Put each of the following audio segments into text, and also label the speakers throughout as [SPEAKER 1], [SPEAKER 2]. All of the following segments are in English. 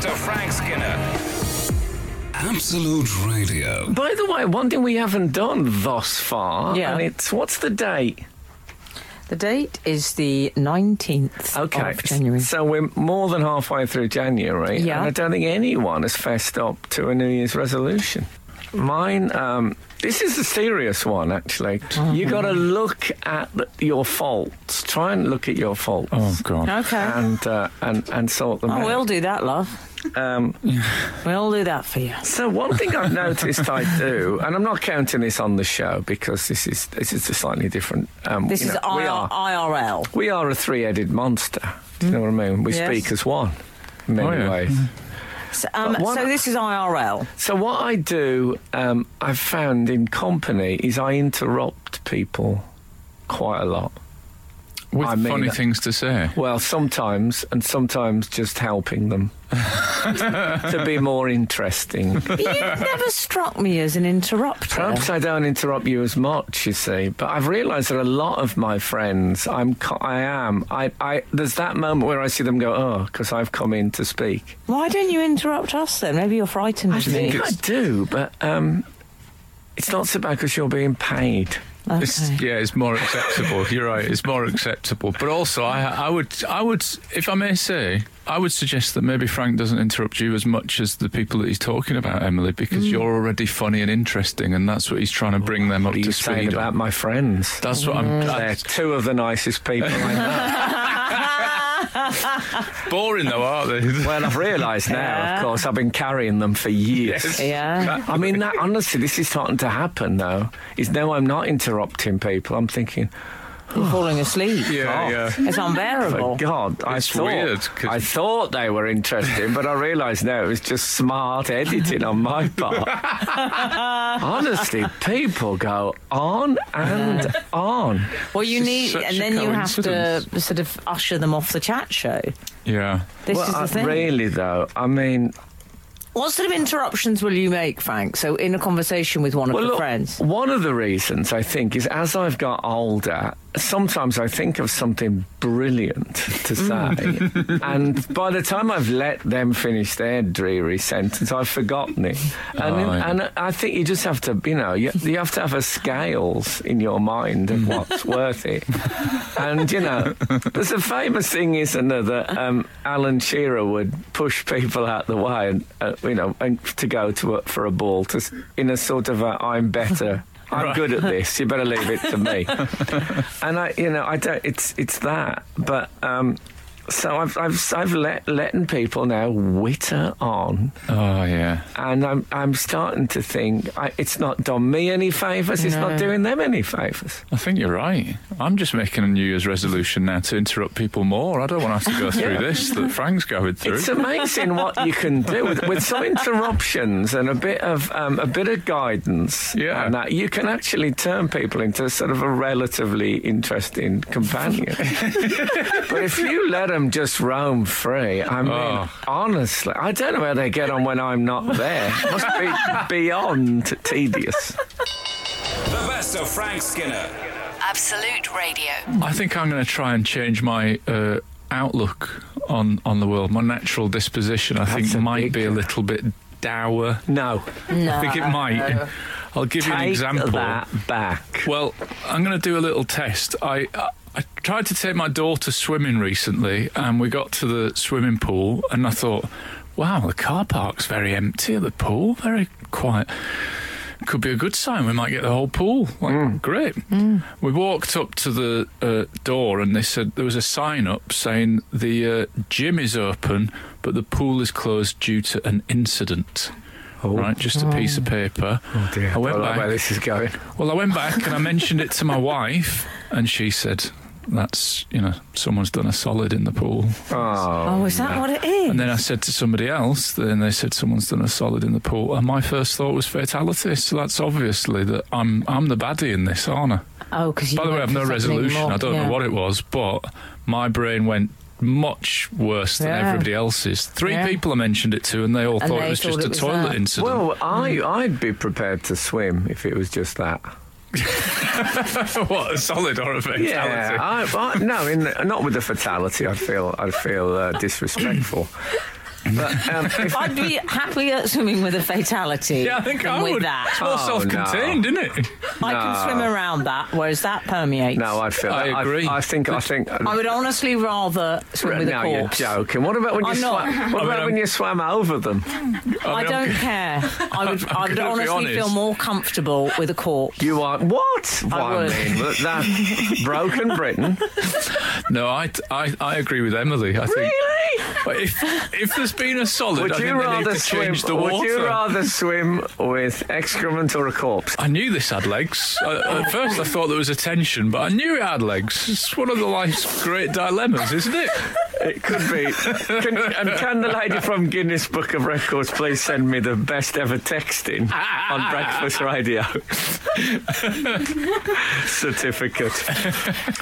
[SPEAKER 1] to Frank Skinner. Absolute Radio.
[SPEAKER 2] By the way, one thing we haven't done thus far,
[SPEAKER 3] Yeah.
[SPEAKER 2] and it's what's the date?
[SPEAKER 3] The date is the 19th
[SPEAKER 2] Okay,
[SPEAKER 3] of January.
[SPEAKER 2] so we're more than halfway through January,
[SPEAKER 3] Yeah.
[SPEAKER 2] and I don't think anyone has fessed up to a New Year's resolution. Mine, um, this is a serious one actually.
[SPEAKER 3] Oh.
[SPEAKER 2] You got to look at the, your faults. Try and look at your faults.
[SPEAKER 4] Oh God.
[SPEAKER 3] Okay.
[SPEAKER 2] And, uh, and and sort them
[SPEAKER 3] Oh,
[SPEAKER 2] out.
[SPEAKER 3] we'll do that, love.
[SPEAKER 2] Um,
[SPEAKER 3] We'll do that for you.
[SPEAKER 2] So one thing I've noticed I do, and I'm not counting this on the show because this is this is a slightly different. Um,
[SPEAKER 3] This
[SPEAKER 2] you
[SPEAKER 3] is
[SPEAKER 2] know, we
[SPEAKER 3] IR-
[SPEAKER 2] are
[SPEAKER 3] IRL.
[SPEAKER 2] we are a three-headed monster. Do you know what I mean? We
[SPEAKER 3] Yes.
[SPEAKER 2] speak as one in many
[SPEAKER 4] Oh, yeah.
[SPEAKER 2] ways.
[SPEAKER 3] So, um,
[SPEAKER 2] But one-
[SPEAKER 3] so this is IRL.
[SPEAKER 2] So what I do, um, I've found in company is I interrupt people quite a lot.
[SPEAKER 4] With
[SPEAKER 2] I mean
[SPEAKER 4] funny
[SPEAKER 2] that-
[SPEAKER 4] things to say.
[SPEAKER 2] Well, sometimes, and sometimes just helping them to be more interesting.
[SPEAKER 3] You never struck me as an interrupter.
[SPEAKER 2] Perhaps I don't interrupt you as much, you see, but I've realised that a lot of my friends, I'm, co- I am, I, I, there's that moment where I see them go, oh, because I've come in to speak.
[SPEAKER 3] Why don't you interrupt us then? Maybe you're frightened
[SPEAKER 2] I
[SPEAKER 3] of
[SPEAKER 2] think
[SPEAKER 3] me.
[SPEAKER 2] I do, but um, it's not so bad because you're being paid.
[SPEAKER 4] It's,
[SPEAKER 3] Okay.
[SPEAKER 4] yeah, it's more acceptable. You're right. It's more acceptable. But also, I, I would, I would, if I may say, I would suggest that maybe Frank doesn't interrupt you as much as the people that he's talking about, Emily, because you're already funny and interesting, and that's what he's trying to bring them up
[SPEAKER 2] What are
[SPEAKER 4] to
[SPEAKER 2] you
[SPEAKER 4] speed.
[SPEAKER 2] saying
[SPEAKER 4] on.
[SPEAKER 2] about my friends?
[SPEAKER 4] That's what I'm.
[SPEAKER 2] They're
[SPEAKER 4] That's
[SPEAKER 2] two of the nicest people I know.
[SPEAKER 4] boring though, aren't they?
[SPEAKER 2] Well, I've realised now,
[SPEAKER 3] Yeah.
[SPEAKER 2] of course, I've been carrying them for years.
[SPEAKER 3] Yeah.
[SPEAKER 2] I mean, that, honestly, this is starting to happen now. Is now I'm not interrupting people. I'm thinking,
[SPEAKER 3] You're falling asleep.
[SPEAKER 4] Yeah, yeah.
[SPEAKER 3] It's unbearable.
[SPEAKER 2] But God, I
[SPEAKER 4] Oh, It's
[SPEAKER 2] thought
[SPEAKER 4] weird, 'cause-
[SPEAKER 2] I thought they were interesting, but I realised now it was just smart editing on my part. Honestly, people go on and on.
[SPEAKER 3] Well, you
[SPEAKER 4] It's
[SPEAKER 3] need,
[SPEAKER 4] such
[SPEAKER 3] and
[SPEAKER 4] a
[SPEAKER 3] then you have to
[SPEAKER 4] coincidence.
[SPEAKER 3] sort of usher them off the chat show.
[SPEAKER 4] yeah.
[SPEAKER 3] This
[SPEAKER 2] well,
[SPEAKER 3] is the
[SPEAKER 2] I-
[SPEAKER 3] thing.
[SPEAKER 2] really though, I mean,
[SPEAKER 3] What sort of interruptions will you make, Frank? So, in a conversation with one of
[SPEAKER 2] well,
[SPEAKER 3] your
[SPEAKER 2] look,
[SPEAKER 3] friends.
[SPEAKER 2] one of the reasons I think is as I've got older, sometimes I think of something brilliant to
[SPEAKER 3] Mm.
[SPEAKER 2] say, and by the time I've let them finish their dreary sentence, I've forgotten it. And,
[SPEAKER 4] Oh, yeah.
[SPEAKER 2] and I think you just have to, you know, you, you have to have a scales in your mind of what's worth it. And you know, there's a famous thing, isn't there, that um, Alan Shearer would push people out the way, and uh, you know, and to go to a, for a ball to s- in a sort of a I'm better. I'm good at this. You better leave it to me. and I, you know, I don't. It's it's that, but. Um, so I've I've I've let letting people now witter on
[SPEAKER 4] Oh yeah.
[SPEAKER 2] and I'm I'm starting to think I, it's not done me any favors. It's not doing them any favors.
[SPEAKER 4] I think you're right. I'm just making a New Year's resolution now to interrupt people more. I don't want to have to go through this that Frank's going through.
[SPEAKER 2] It's amazing what you can do with, with some interruptions and a bit of um, a bit of guidance.
[SPEAKER 4] Yeah.
[SPEAKER 2] and that you can actually turn people into sort of a relatively interesting companion. but if you let them just roam free, I mean,
[SPEAKER 4] Oh.
[SPEAKER 2] honestly, I don't know how they get on when I'm not there. must be beyond tedious.
[SPEAKER 1] The best of Frank Skinner.
[SPEAKER 5] Absolute Radio.
[SPEAKER 4] I think I'm going to try and change my uh, outlook on on the world. My natural disposition, I
[SPEAKER 2] That's
[SPEAKER 4] think,
[SPEAKER 2] a
[SPEAKER 4] might
[SPEAKER 2] big-
[SPEAKER 4] be a little bit dour.
[SPEAKER 2] No,
[SPEAKER 4] I think it might. I'll give you an
[SPEAKER 2] take
[SPEAKER 4] example.
[SPEAKER 2] that back.
[SPEAKER 4] Well, I'm going to do a little test. I, I I tried to take my daughter swimming recently, and we got to the swimming pool, and I thought, wow, the car park's very empty, the pool very quiet. Could be a good sign. We might get the whole pool. Like,
[SPEAKER 2] Mm.
[SPEAKER 4] Great. We walked up to the uh, door, and they said there was a sign up saying the uh, gym is open, but the pool is closed due to an incident. Right, just a piece of paper.
[SPEAKER 2] Oh dear.
[SPEAKER 4] I went
[SPEAKER 2] don't like
[SPEAKER 4] back.
[SPEAKER 2] where this is going.
[SPEAKER 4] Well, I went back and I mentioned it to my wife, and she said, "That's you know, someone's done a solid in the pool."
[SPEAKER 2] Oh.
[SPEAKER 3] Oh, is that what it is?
[SPEAKER 4] And then I said to somebody else, then they said someone's done a solid in the pool, and my first thought was fatality. So that's obviously that I'm I'm the baddie in this, aren't I?
[SPEAKER 3] oh, because
[SPEAKER 4] By the way, I've no resolution. I don't know what it was, but my brain went much worse than
[SPEAKER 3] Yeah.
[SPEAKER 4] everybody else's. Three
[SPEAKER 3] Yeah.
[SPEAKER 4] people I mentioned it to, and they all
[SPEAKER 3] And
[SPEAKER 4] thought
[SPEAKER 3] they
[SPEAKER 4] it was
[SPEAKER 3] thought it
[SPEAKER 4] just a
[SPEAKER 3] was
[SPEAKER 4] toilet
[SPEAKER 3] that.
[SPEAKER 4] incident.
[SPEAKER 2] Well, I, I'd be prepared to swim if it was just that.
[SPEAKER 4] what a solid or a fatality?
[SPEAKER 2] I, I, no, in, not with the fatality. I'd feel, I'd feel uh, disrespectful. But um, if
[SPEAKER 3] I'd be happier swimming with a fatality
[SPEAKER 4] Yeah, I think
[SPEAKER 3] than
[SPEAKER 4] I
[SPEAKER 3] with
[SPEAKER 4] would. It's
[SPEAKER 3] that.
[SPEAKER 4] more
[SPEAKER 2] Oh,
[SPEAKER 4] self-contained, isn't it?
[SPEAKER 3] I can swim around that, whereas that permeates.
[SPEAKER 2] no, I'd feel.
[SPEAKER 4] I
[SPEAKER 2] that.
[SPEAKER 4] agree.
[SPEAKER 2] I, think. I think.
[SPEAKER 3] I would honestly rather swim with
[SPEAKER 2] now
[SPEAKER 3] a
[SPEAKER 2] you're
[SPEAKER 3] corpse.
[SPEAKER 2] joking. What about when you
[SPEAKER 3] I'm not.
[SPEAKER 2] swam? What
[SPEAKER 4] I mean,
[SPEAKER 2] about
[SPEAKER 4] I'm-
[SPEAKER 2] when you swam over them?
[SPEAKER 3] I
[SPEAKER 4] mean,
[SPEAKER 3] don't
[SPEAKER 4] I'm-
[SPEAKER 3] care. I would,
[SPEAKER 4] I'm
[SPEAKER 3] I would
[SPEAKER 4] gonna be
[SPEAKER 3] honestly
[SPEAKER 4] honest.
[SPEAKER 3] feel more comfortable with a corpse.
[SPEAKER 2] You are what? Well,
[SPEAKER 3] would.
[SPEAKER 2] mean, that, that broken Britain.
[SPEAKER 4] No, I, I, I agree with Emily. I think.
[SPEAKER 2] Really?
[SPEAKER 4] But if if there's been a solid,
[SPEAKER 2] Would
[SPEAKER 4] I
[SPEAKER 2] you
[SPEAKER 4] think they need
[SPEAKER 2] rather
[SPEAKER 4] to
[SPEAKER 2] swim?
[SPEAKER 4] change the water.
[SPEAKER 2] Would you rather swim with excrement or a corpse?
[SPEAKER 4] I knew this had legs. I, at first, I thought there was a tension, but I knew it had legs. It's one of the life's great dilemmas, isn't it?
[SPEAKER 2] It could be. Can, and can the lady from Guinness Book of Records please send me the best ever texting on Breakfast Radio certificate?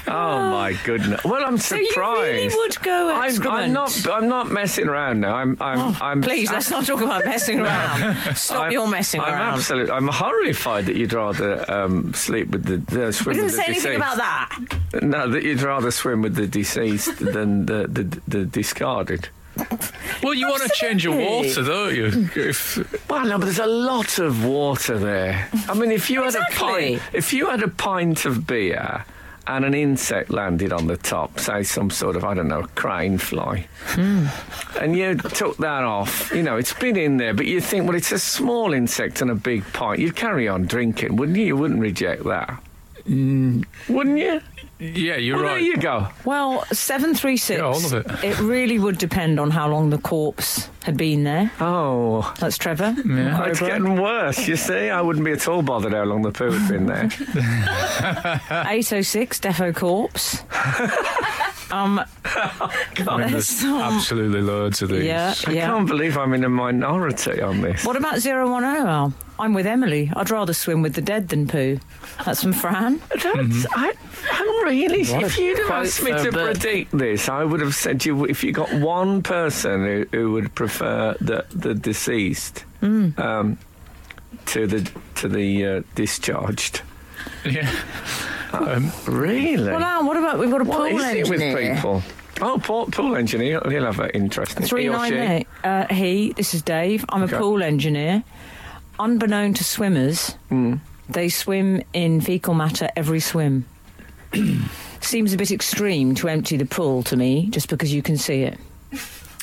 [SPEAKER 2] Oh my goodness! Well, I'm
[SPEAKER 3] so you
[SPEAKER 2] surprised.
[SPEAKER 3] really would go
[SPEAKER 2] I'm,
[SPEAKER 3] excrement.
[SPEAKER 2] I'm not. I'm not messing around now. I'm. I'm. I'm
[SPEAKER 3] Oh, Please, let's not talk about messing around. Stop
[SPEAKER 2] I'm-
[SPEAKER 3] your messing
[SPEAKER 2] I'm
[SPEAKER 3] around.
[SPEAKER 2] absolutely. I'm horrified that you'd rather um, sleep with the uh, swim
[SPEAKER 3] we
[SPEAKER 2] with
[SPEAKER 3] didn't
[SPEAKER 2] the
[SPEAKER 3] say anything
[SPEAKER 2] deceased.
[SPEAKER 3] about that.
[SPEAKER 2] No, that you'd rather swim with the deceased than the the, the discarded.
[SPEAKER 4] Well, you want to change your water, don't you? If
[SPEAKER 2] Well, no, but there's a lot of water there. I mean, if you had
[SPEAKER 3] Exactly.
[SPEAKER 2] a pint, if you had a pint of beer and an insect landed on the top, say some sort of I don't know, crane fly,
[SPEAKER 3] Hmm.
[SPEAKER 2] and you took that off, you know, it's been in there, but you think, well, it's a small insect and a big pint. You'd carry on drinking, wouldn't you? You wouldn't reject that. Wouldn't you?
[SPEAKER 4] yeah, you're
[SPEAKER 2] Well,
[SPEAKER 4] Mm. right.
[SPEAKER 2] there you go.
[SPEAKER 3] Well, 736.
[SPEAKER 4] Yeah, all of it.
[SPEAKER 3] really would depend on how long the corpse had been there.
[SPEAKER 2] Oh,
[SPEAKER 3] That's Trevor.
[SPEAKER 4] Yeah.
[SPEAKER 2] it's getting worse. You see, I wouldn't be at all bothered how long the poo had been there.
[SPEAKER 3] 806, Defo Corpse. um,
[SPEAKER 4] I mean, there's absolutely loads of these.
[SPEAKER 3] yeah,
[SPEAKER 2] I
[SPEAKER 3] yeah.
[SPEAKER 2] can't believe I'm in a minority on this.
[SPEAKER 3] What about 010, Al? I'm with Emily. I'd rather swim with the dead than poo. That's from Fran. Mm-hmm.
[SPEAKER 2] That's, I, I'm really.
[SPEAKER 4] What
[SPEAKER 2] if
[SPEAKER 4] a
[SPEAKER 2] you'd have
[SPEAKER 3] quote
[SPEAKER 2] asked me
[SPEAKER 3] for
[SPEAKER 2] to
[SPEAKER 3] a book.
[SPEAKER 2] predict this, I would have said you. If you got one person who, who would prefer the the deceased
[SPEAKER 3] Mm.
[SPEAKER 2] um, to the to the uh, discharged,
[SPEAKER 4] Yeah.
[SPEAKER 2] really?
[SPEAKER 3] Well, Al, what about we've got a
[SPEAKER 2] what
[SPEAKER 3] pool
[SPEAKER 2] is it with
[SPEAKER 3] engineer?
[SPEAKER 2] people? Oh, pool, pool engineer. He'll have an interesting.
[SPEAKER 3] Three
[SPEAKER 2] he or
[SPEAKER 3] nine
[SPEAKER 2] she.
[SPEAKER 3] eight. Uh, he. This is Dave. I'm
[SPEAKER 2] Okay.
[SPEAKER 3] a pool engineer. Unbeknown to swimmers,
[SPEAKER 2] Hmm.
[SPEAKER 3] they swim in fecal matter every swim. Seems a bit extreme to empty the pool to me, just because you can see it.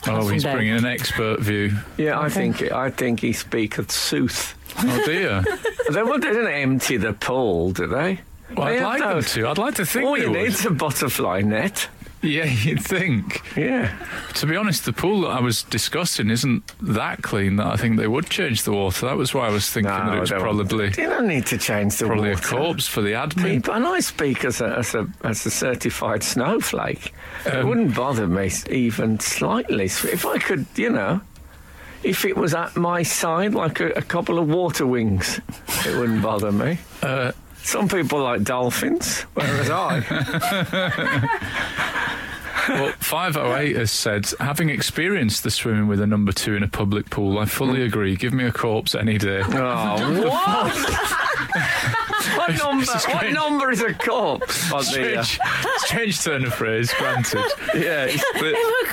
[SPEAKER 4] Oh,
[SPEAKER 3] from
[SPEAKER 4] he's
[SPEAKER 3] Dave.
[SPEAKER 4] bringing an expert view.
[SPEAKER 2] Yeah, I
[SPEAKER 3] Okay.
[SPEAKER 2] think I think he speaketh sooth.
[SPEAKER 4] Oh dear.
[SPEAKER 2] they wouldn't they don't empty the pool, do they?
[SPEAKER 4] Well,
[SPEAKER 2] They
[SPEAKER 4] I'd
[SPEAKER 2] have
[SPEAKER 4] like
[SPEAKER 2] those.
[SPEAKER 4] them to. I'd like to think
[SPEAKER 2] All
[SPEAKER 4] they
[SPEAKER 2] you
[SPEAKER 4] would.
[SPEAKER 2] need's a butterfly net.
[SPEAKER 4] Yeah, you'd think.
[SPEAKER 2] Yeah.
[SPEAKER 4] To be honest, the pool that I was discussing isn't that clean that I think they would change the water. That was why I was thinking that it was
[SPEAKER 2] I don't-
[SPEAKER 4] probably
[SPEAKER 2] You don't need to change the
[SPEAKER 4] probably a
[SPEAKER 2] water.
[SPEAKER 4] corpse for the admin.
[SPEAKER 2] People, and I speak as a, as a, as a certified snowflake. it
[SPEAKER 4] Um,
[SPEAKER 2] wouldn't bother me s- even slightly. So If I could, you know, if it was at my side like a, a couple of water wings, it wouldn't bother me.
[SPEAKER 4] Uh,
[SPEAKER 2] Some people like dolphins, whereas I.
[SPEAKER 4] Well, 508 has said, having experienced the swimming with a number two in a public pool, I fully agree. Give me a corpse any day.
[SPEAKER 2] Mm. Oh, what? what, number,
[SPEAKER 4] is
[SPEAKER 2] what
[SPEAKER 4] great.
[SPEAKER 2] number is a corpse? on the, uh,
[SPEAKER 4] Strange, strange turn of phrase, granted.
[SPEAKER 2] yeah, it's-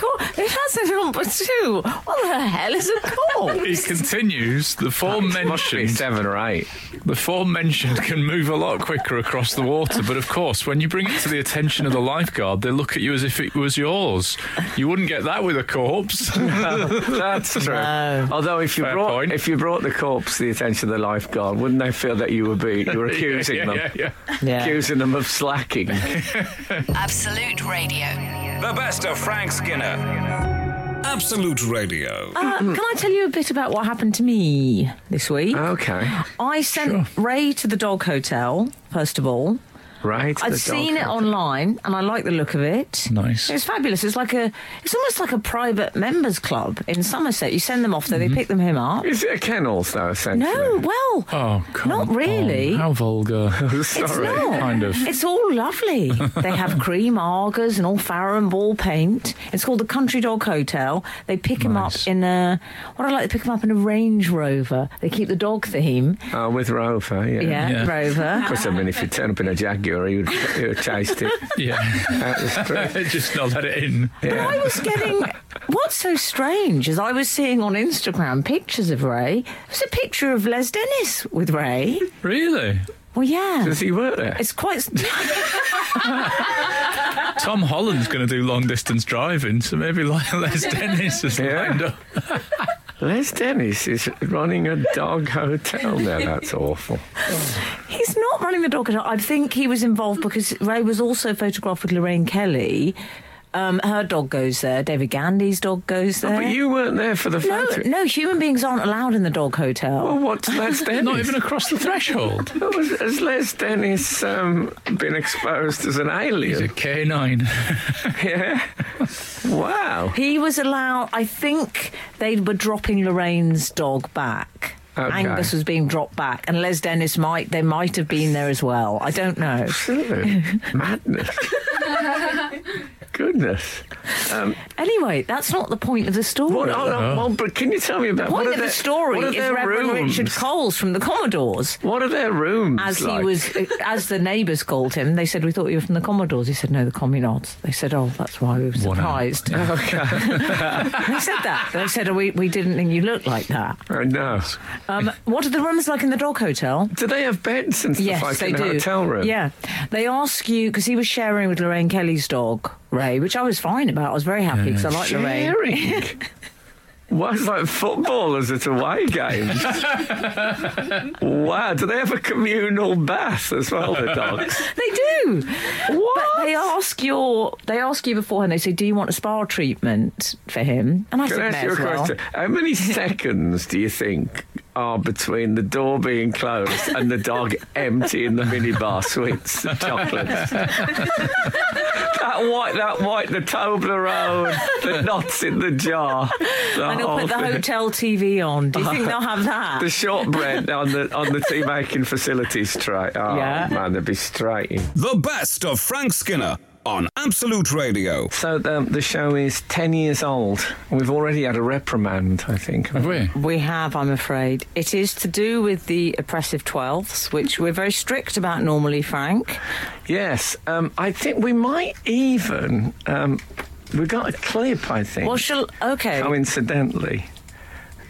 [SPEAKER 3] Oh, It has a number two. What the hell is a call?
[SPEAKER 4] He continues, the form
[SPEAKER 2] must be
[SPEAKER 4] mentioned
[SPEAKER 2] seven or eight.
[SPEAKER 4] the form mentioned can move a lot quicker across the water, but of course, when you bring it to the attention of the lifeguard, they look at you as if it was yours. You wouldn't get that with a corpse.
[SPEAKER 2] That's true. Although if you
[SPEAKER 4] Fair
[SPEAKER 2] brought
[SPEAKER 4] point.
[SPEAKER 2] if you brought the corpse to the attention of the lifeguard, wouldn't they feel that you were be you were accusing
[SPEAKER 4] yeah,
[SPEAKER 2] them,
[SPEAKER 4] yeah, yeah.
[SPEAKER 3] Yeah.
[SPEAKER 2] accusing them of slacking?
[SPEAKER 5] Absolute Radio.
[SPEAKER 1] The best of Frank Skinner. Absolute Radio.
[SPEAKER 3] Uh, can I tell you a bit about what happened to me this week?
[SPEAKER 2] okay,
[SPEAKER 3] I sent Ray to the dog hotel, first of all.
[SPEAKER 2] right.
[SPEAKER 3] I'd
[SPEAKER 2] the
[SPEAKER 3] seen it
[SPEAKER 2] dog.
[SPEAKER 3] online and I like the look of it.
[SPEAKER 4] Nice.
[SPEAKER 3] It's fabulous. It's like a it's almost like a private members club in Somerset. You send them off there,
[SPEAKER 4] Mm-hmm.
[SPEAKER 3] they pick them him up.
[SPEAKER 2] Is it a kennels though? Essentially,
[SPEAKER 3] No, well
[SPEAKER 4] Oh, come
[SPEAKER 3] Not
[SPEAKER 4] on.
[SPEAKER 3] really.
[SPEAKER 4] How vulgar.
[SPEAKER 3] it's
[SPEAKER 2] Sorry.
[SPEAKER 3] not.
[SPEAKER 4] Kind of.
[SPEAKER 3] It's all lovely. they have cream augers and all Farrow and Ball paint. It's called the Country Dog Hotel. They pick him up
[SPEAKER 4] Nice.
[SPEAKER 3] in a what I like. They pick him up in a Range Rover. They keep the dog theme.
[SPEAKER 2] Oh, with Rover, yeah.
[SPEAKER 3] Yeah,
[SPEAKER 4] Yeah.
[SPEAKER 3] Rover.
[SPEAKER 2] Because I mean, if you turn up in a Jaguar, sure he would, he would taste it
[SPEAKER 4] Yeah,
[SPEAKER 2] out the street.
[SPEAKER 4] just not let it in.
[SPEAKER 3] I was getting. What's so strange is I was seeing on Instagram pictures of Ray. There's a picture of Les Dennis with Ray.
[SPEAKER 4] Really?
[SPEAKER 3] Well, yeah.
[SPEAKER 2] Does he work there?
[SPEAKER 3] It's quite.
[SPEAKER 4] Tom Holland's going to do long distance driving, so maybe like Les Dennis has
[SPEAKER 2] Yeah.
[SPEAKER 4] lined up.
[SPEAKER 2] Les Dennis is running a dog hotel now. That's awful.
[SPEAKER 3] He's not running the dog at all. I think he was involved because Ray was also photographed with Lorraine Kelly. Um, her dog goes there. David Gandy's dog goes there.
[SPEAKER 2] Oh, But you weren't there for the
[SPEAKER 3] Uh, no,
[SPEAKER 2] photo.
[SPEAKER 3] no, human beings aren't allowed in the dog hotel.
[SPEAKER 2] Well, what's Les Dennis?
[SPEAKER 4] Not even across the threshold.
[SPEAKER 2] Has- Has Les Dennis um, been exposed as an
[SPEAKER 4] He's a
[SPEAKER 2] alien?
[SPEAKER 4] K9.
[SPEAKER 2] Yeah. Wow.
[SPEAKER 3] He was allowed. I think they were dropping Lorraine's dog back.
[SPEAKER 2] Okay.
[SPEAKER 3] Angus was being dropped back, and Les Dennis might. They might have been there as well. I don't know.
[SPEAKER 2] Absolute madness. Goodness. Um,
[SPEAKER 3] Anyway, that's not the point of the story.
[SPEAKER 2] what, hold on, well, but can you tell me about
[SPEAKER 3] the
[SPEAKER 2] what
[SPEAKER 3] point
[SPEAKER 2] are
[SPEAKER 3] of
[SPEAKER 2] their-
[SPEAKER 3] the story
[SPEAKER 2] what are
[SPEAKER 3] is
[SPEAKER 2] their
[SPEAKER 3] Reverend
[SPEAKER 2] rooms?
[SPEAKER 3] Richard Coles from the Commodores.
[SPEAKER 2] What are their rooms
[SPEAKER 3] As
[SPEAKER 2] like?
[SPEAKER 3] he was, uh, as the neighbours called him, they said, "We thought you were from the Commodores." He said, "No, the Communards." They said, "Oh, that's why we were
[SPEAKER 4] One out.
[SPEAKER 3] surprised." they said that. They said, oh, "We we didn't think you looked like that."
[SPEAKER 2] Oh, no.
[SPEAKER 3] Um, what are the rooms like in the dog hotel?
[SPEAKER 2] Do they have beds and stuff
[SPEAKER 3] Yes,
[SPEAKER 2] like
[SPEAKER 3] they
[SPEAKER 2] in a
[SPEAKER 3] do.
[SPEAKER 2] hotel room?
[SPEAKER 3] Yeah, they ask you because he was sharing with Lorraine Kelly's dog Ray, which I was fine about. I was very happy because I like Lorraine.
[SPEAKER 2] Sharing. Why is like footballers at away games? wow, do they have a communal bath as well, the dogs?
[SPEAKER 3] They do,
[SPEAKER 2] What?
[SPEAKER 3] but they ask your they ask you beforehand. They say, "Do you want a spa treatment for him?" And I
[SPEAKER 2] Can
[SPEAKER 3] said,
[SPEAKER 2] I
[SPEAKER 3] "May
[SPEAKER 2] ask you a
[SPEAKER 3] as well."
[SPEAKER 2] question? How many seconds do you think are between the door being closed and the dog emptying the minibar sweets and chocolates? that white, that white, the Toblerone, the knots in the jar, the
[SPEAKER 3] And they'll
[SPEAKER 2] whole
[SPEAKER 3] put the
[SPEAKER 2] thing.
[SPEAKER 3] hotel TV on. Do you think they'll have that?
[SPEAKER 2] The shortbread on the on the tea making facilities tray. Oh
[SPEAKER 3] Yeah.
[SPEAKER 2] man, they'd be straight in.
[SPEAKER 1] The best of Frank Skinner on Absolute Radio.
[SPEAKER 2] So the, the show is ten years old. We've already had a reprimand, I think.
[SPEAKER 4] Have we?
[SPEAKER 3] We have, I'm afraid. It is to do with the oppressive twelfths, which we're very strict about normally, Frank.
[SPEAKER 2] Yes, um, I think we might even. Um, we got a clip, I think.
[SPEAKER 3] Well, shall okay.
[SPEAKER 2] coincidentally.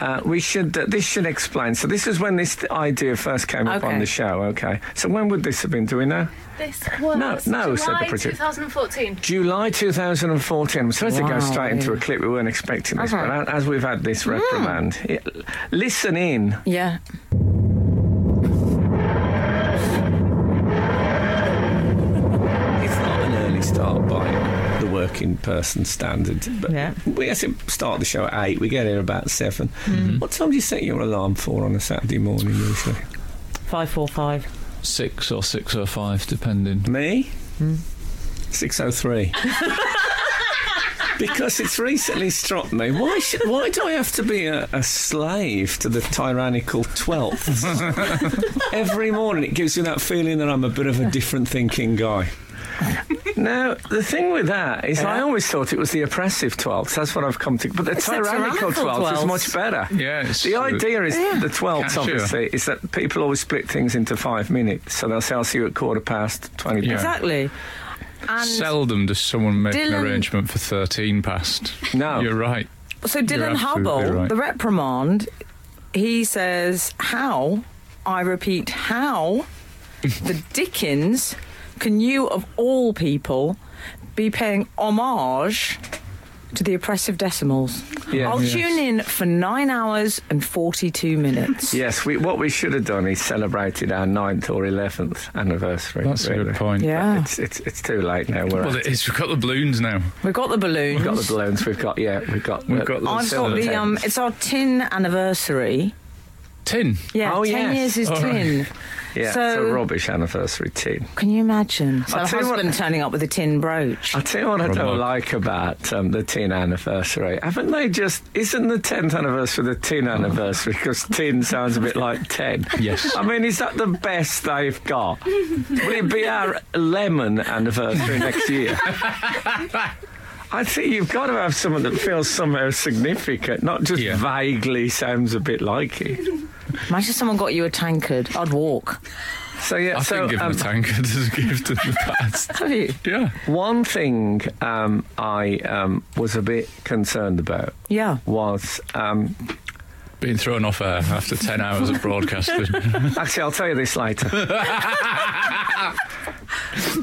[SPEAKER 2] Uh, we should. Uh, this should explain. So this is when this idea first came up
[SPEAKER 3] Okay.
[SPEAKER 2] on the show. Okay. So when would this have been? Do we know?
[SPEAKER 6] This was
[SPEAKER 2] No, no, said the
[SPEAKER 6] July
[SPEAKER 2] producer.
[SPEAKER 6] 2014.
[SPEAKER 2] July 2014. I'm sorry to
[SPEAKER 3] Wow,
[SPEAKER 2] go straight into a
[SPEAKER 3] yeah.
[SPEAKER 2] clip. We weren't expecting this,
[SPEAKER 3] Okay. Hmm.
[SPEAKER 2] but a- as we've had this reprimand, it- listen in.
[SPEAKER 3] yeah.
[SPEAKER 2] It's not an early start by the working person standard, but
[SPEAKER 3] Yeah.
[SPEAKER 2] we have to start the show at eight. We get here about 7 What time do you set your alarm for on a Saturday morning usually?
[SPEAKER 3] Five four five.
[SPEAKER 4] Six or six or five, depending.
[SPEAKER 2] Me? Six oh three. Because it's recently struck me, why should, why do I have to be a, a slave to the tyrannical twelfth? Every morning, it gives me that feeling that I'm a bit of a different thinking guy. Now, the thing with that is, I
[SPEAKER 3] Yeah.
[SPEAKER 2] always thought it was the oppressive twelfth. That's what I've come to. But the
[SPEAKER 3] It's the
[SPEAKER 2] tyrannical
[SPEAKER 3] tyrannical
[SPEAKER 2] twelfth is
[SPEAKER 3] 12th.
[SPEAKER 2] much better.
[SPEAKER 4] Yeah, it's
[SPEAKER 2] The
[SPEAKER 4] sort of-
[SPEAKER 2] idea is the twelfth,
[SPEAKER 4] Cashier.
[SPEAKER 2] obviously, is that people always split things into five minutes. So they'll say, "I'll see you at quarter past twenty
[SPEAKER 4] Yeah.
[SPEAKER 2] past."
[SPEAKER 3] Exactly. And
[SPEAKER 4] Seldom does someone make an
[SPEAKER 3] Dylan-
[SPEAKER 4] arrangement for 13 past.
[SPEAKER 2] No.
[SPEAKER 4] You're right.
[SPEAKER 3] so
[SPEAKER 4] You're
[SPEAKER 3] Dylan
[SPEAKER 4] absolutely
[SPEAKER 3] Hubble,
[SPEAKER 4] right.
[SPEAKER 3] the reprimand, he says, "How? I repeat, how the Dickens can you, of all people, be paying homage?" To the oppressive decimals.
[SPEAKER 2] Yeah.
[SPEAKER 3] I'll
[SPEAKER 2] Yes.
[SPEAKER 3] tune in for nine hours and 42 minutes.
[SPEAKER 2] Yes, we, what we should have done is celebrated our 9th or 11th anniversary.
[SPEAKER 4] That's a
[SPEAKER 2] really.
[SPEAKER 4] good point.
[SPEAKER 3] Yeah.
[SPEAKER 2] It's, it's, it's too late now. We're
[SPEAKER 4] Well,
[SPEAKER 2] out.
[SPEAKER 4] it is. We've got the balloons now.
[SPEAKER 3] We've got the balloons.
[SPEAKER 2] We've got the balloons. We've got, yeah, we've got.
[SPEAKER 4] We've got the
[SPEAKER 3] I've got
[SPEAKER 4] Silver
[SPEAKER 3] the um. It's our tin anniversary.
[SPEAKER 4] Tin.
[SPEAKER 3] Yeah,
[SPEAKER 2] Oh,
[SPEAKER 3] ten
[SPEAKER 2] yes.
[SPEAKER 3] years is
[SPEAKER 4] All
[SPEAKER 3] tin.
[SPEAKER 2] yeah, it's a
[SPEAKER 3] so-
[SPEAKER 2] rubbish anniversary tin.
[SPEAKER 3] Can you imagine? So
[SPEAKER 2] I'll
[SPEAKER 3] a
[SPEAKER 2] tell you what-
[SPEAKER 3] husband turning up with a tin brooch.
[SPEAKER 2] I'll tell you what I
[SPEAKER 4] Remote.
[SPEAKER 2] don't like about um, the tin anniversary. Haven't they just. Isn't the 10th anniversary the
[SPEAKER 4] Oh.
[SPEAKER 2] tin anniversary? Because tin sounds a bit like 10.
[SPEAKER 4] Yes.
[SPEAKER 2] I mean, is that the best they've got? Will it be our lemon anniversary next year? I think you've got to have someone that feels somehow significant, not just
[SPEAKER 4] Yeah.
[SPEAKER 2] vaguely sounds a bit like it.
[SPEAKER 3] Imagine someone got you a tankard. I'd walk.
[SPEAKER 2] So yeah,
[SPEAKER 4] I've
[SPEAKER 2] so
[SPEAKER 4] been given
[SPEAKER 2] um,
[SPEAKER 4] a tankard as a gift in the past.
[SPEAKER 3] Have you?
[SPEAKER 4] Yeah.
[SPEAKER 2] one thing um, I um, was a bit concerned about
[SPEAKER 3] Yeah.
[SPEAKER 2] was um,
[SPEAKER 4] Being thrown off air after 10 hours of broadcasting.
[SPEAKER 2] Actually, I'll tell you this later.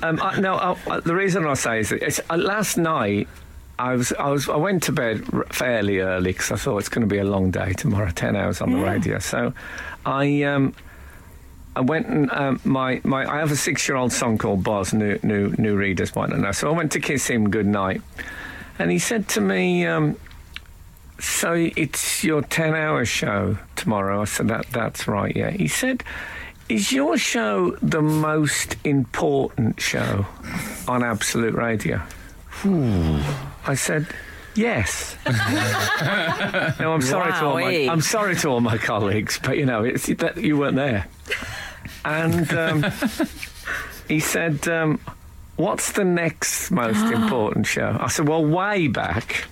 [SPEAKER 2] um, I, no, I, I, the reason I say is that it's, uh, last night I was I was I went to bed r- fairly early because I thought it's going to be a long day tomorrow, ten hours on the radio. So, I um. I went and um, my, my I have a six year old son called Boz. New new new readers might not know. So I went to kiss him goodnight, and he said to me, um, so it's your 10 hour show tomorrow. I said, that, That's right, yeah. He said, Is your show the most important show on Absolute Radio? I said, Yes. no, I'm sorry to all my,
[SPEAKER 3] Wowee.
[SPEAKER 2] I'm sorry to all my colleagues, but you know, it's that you weren't there. And um, he said, um, What's the next most important show? I said, Well, way back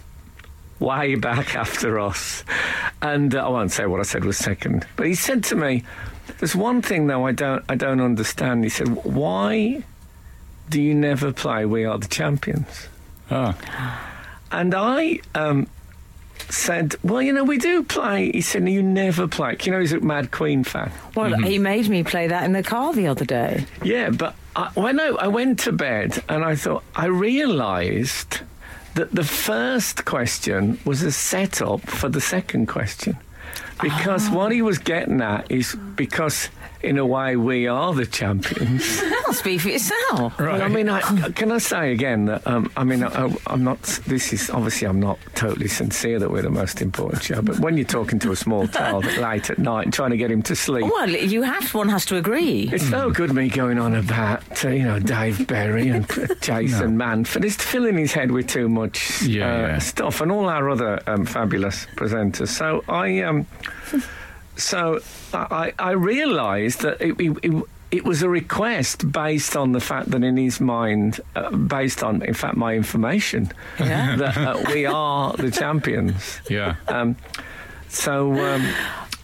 [SPEAKER 2] way back after us. And uh, I won't say what I said was second, but he said to me, "There's one thing though I don't I don't understand." He said, "Why do you never play We Are the Champions?"
[SPEAKER 4] oh.
[SPEAKER 2] And I um, said, "Well, you know, we do play." He said, "You never play." You know, he's a Mad Queen fan.
[SPEAKER 3] Well, he made me play that in the car the other day.
[SPEAKER 2] Yeah, but I, when I, I went to bed and I thought, I realised that the first question was a setup for the second question. Because what he was getting at is because, in a way, we are the champions.
[SPEAKER 3] That'll speak for itself.
[SPEAKER 2] Well, I mean, I, can I say again that um, I mean, I, I'm not. This is obviously I'm not totally sincere that we're the most important show. But when you're talking to a small child late at night and trying to get him to sleep,
[SPEAKER 3] Well, you have. One has to agree.
[SPEAKER 2] it's
[SPEAKER 4] Hmm.
[SPEAKER 2] no good me going on about uh, you know Dave Berry and Jason Manford. It's filling his head with too much
[SPEAKER 4] Yeah,
[SPEAKER 2] uh,
[SPEAKER 4] yeah.
[SPEAKER 2] stuff, and all our other um, fabulous presenters. So I um, so I, I I realised that it. it, it it was a request based on the fact that in his mind, uh, based on, in fact, my information,
[SPEAKER 3] Yeah.
[SPEAKER 2] that uh, we are the champions.
[SPEAKER 4] Yeah.
[SPEAKER 2] Um, so um,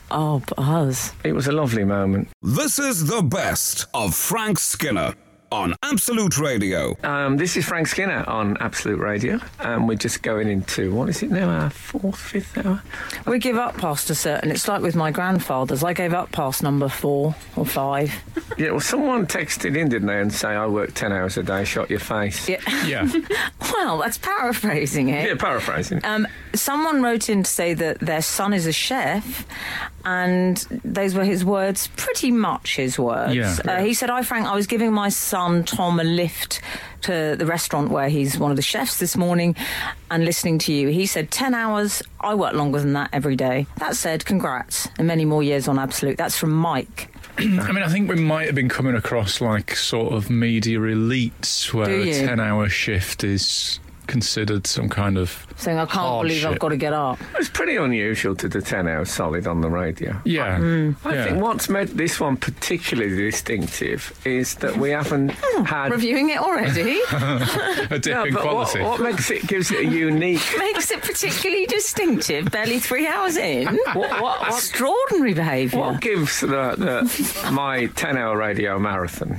[SPEAKER 3] Oh, Buzz.
[SPEAKER 2] it was a lovely moment.
[SPEAKER 1] This is the best of Frank Skinner on Absolute Radio.
[SPEAKER 2] Um, this is Frank Skinner on Absolute Radio, and we're just going into what is it now? Our fourth, fifth hour.
[SPEAKER 3] We give up past a certain. It's like with my grandfather's. I gave up past number four or five.
[SPEAKER 2] Yeah. Well, someone texted in, didn't they, and say I work ten hours a day, shot your face.
[SPEAKER 3] Yeah.
[SPEAKER 4] Yeah.
[SPEAKER 3] Well, that's paraphrasing it.
[SPEAKER 2] Yeah, paraphrasing.
[SPEAKER 3] Um, someone wrote in to say that their son is a chef, and those were his words, pretty much his words.
[SPEAKER 4] Yeah.
[SPEAKER 3] Uh, he said, I, Frank, I was giving my son Tom a lift to the restaurant where he's one of the chefs this morning and listening to you. He said, 10 hours, I work longer than that every day. That said, congrats, and many more years on Absolute. That's from Mike.
[SPEAKER 4] I mean, I think we might have been coming across like sort of media elites where
[SPEAKER 3] Do
[SPEAKER 4] a
[SPEAKER 3] you?
[SPEAKER 4] 10 hour shift is considered some kind of.
[SPEAKER 3] Saying, I can't believe I've
[SPEAKER 4] Hardship.
[SPEAKER 3] got to get up.
[SPEAKER 2] it's pretty unusual to do ten hours solid on the radio.
[SPEAKER 4] Yeah.
[SPEAKER 3] Mm.
[SPEAKER 2] I
[SPEAKER 4] yeah.
[SPEAKER 2] think what's made this one particularly distinctive is that we haven't had.
[SPEAKER 3] Reviewing it already
[SPEAKER 4] a dip
[SPEAKER 2] No,
[SPEAKER 4] in
[SPEAKER 2] but what,
[SPEAKER 4] quality.
[SPEAKER 2] what makes it gives it a unique.
[SPEAKER 3] makes it particularly distinctive. Barely three hours in.
[SPEAKER 2] what, what, what
[SPEAKER 3] Extraordinary behaviour.
[SPEAKER 2] What gives the, the my 10 hour radio marathon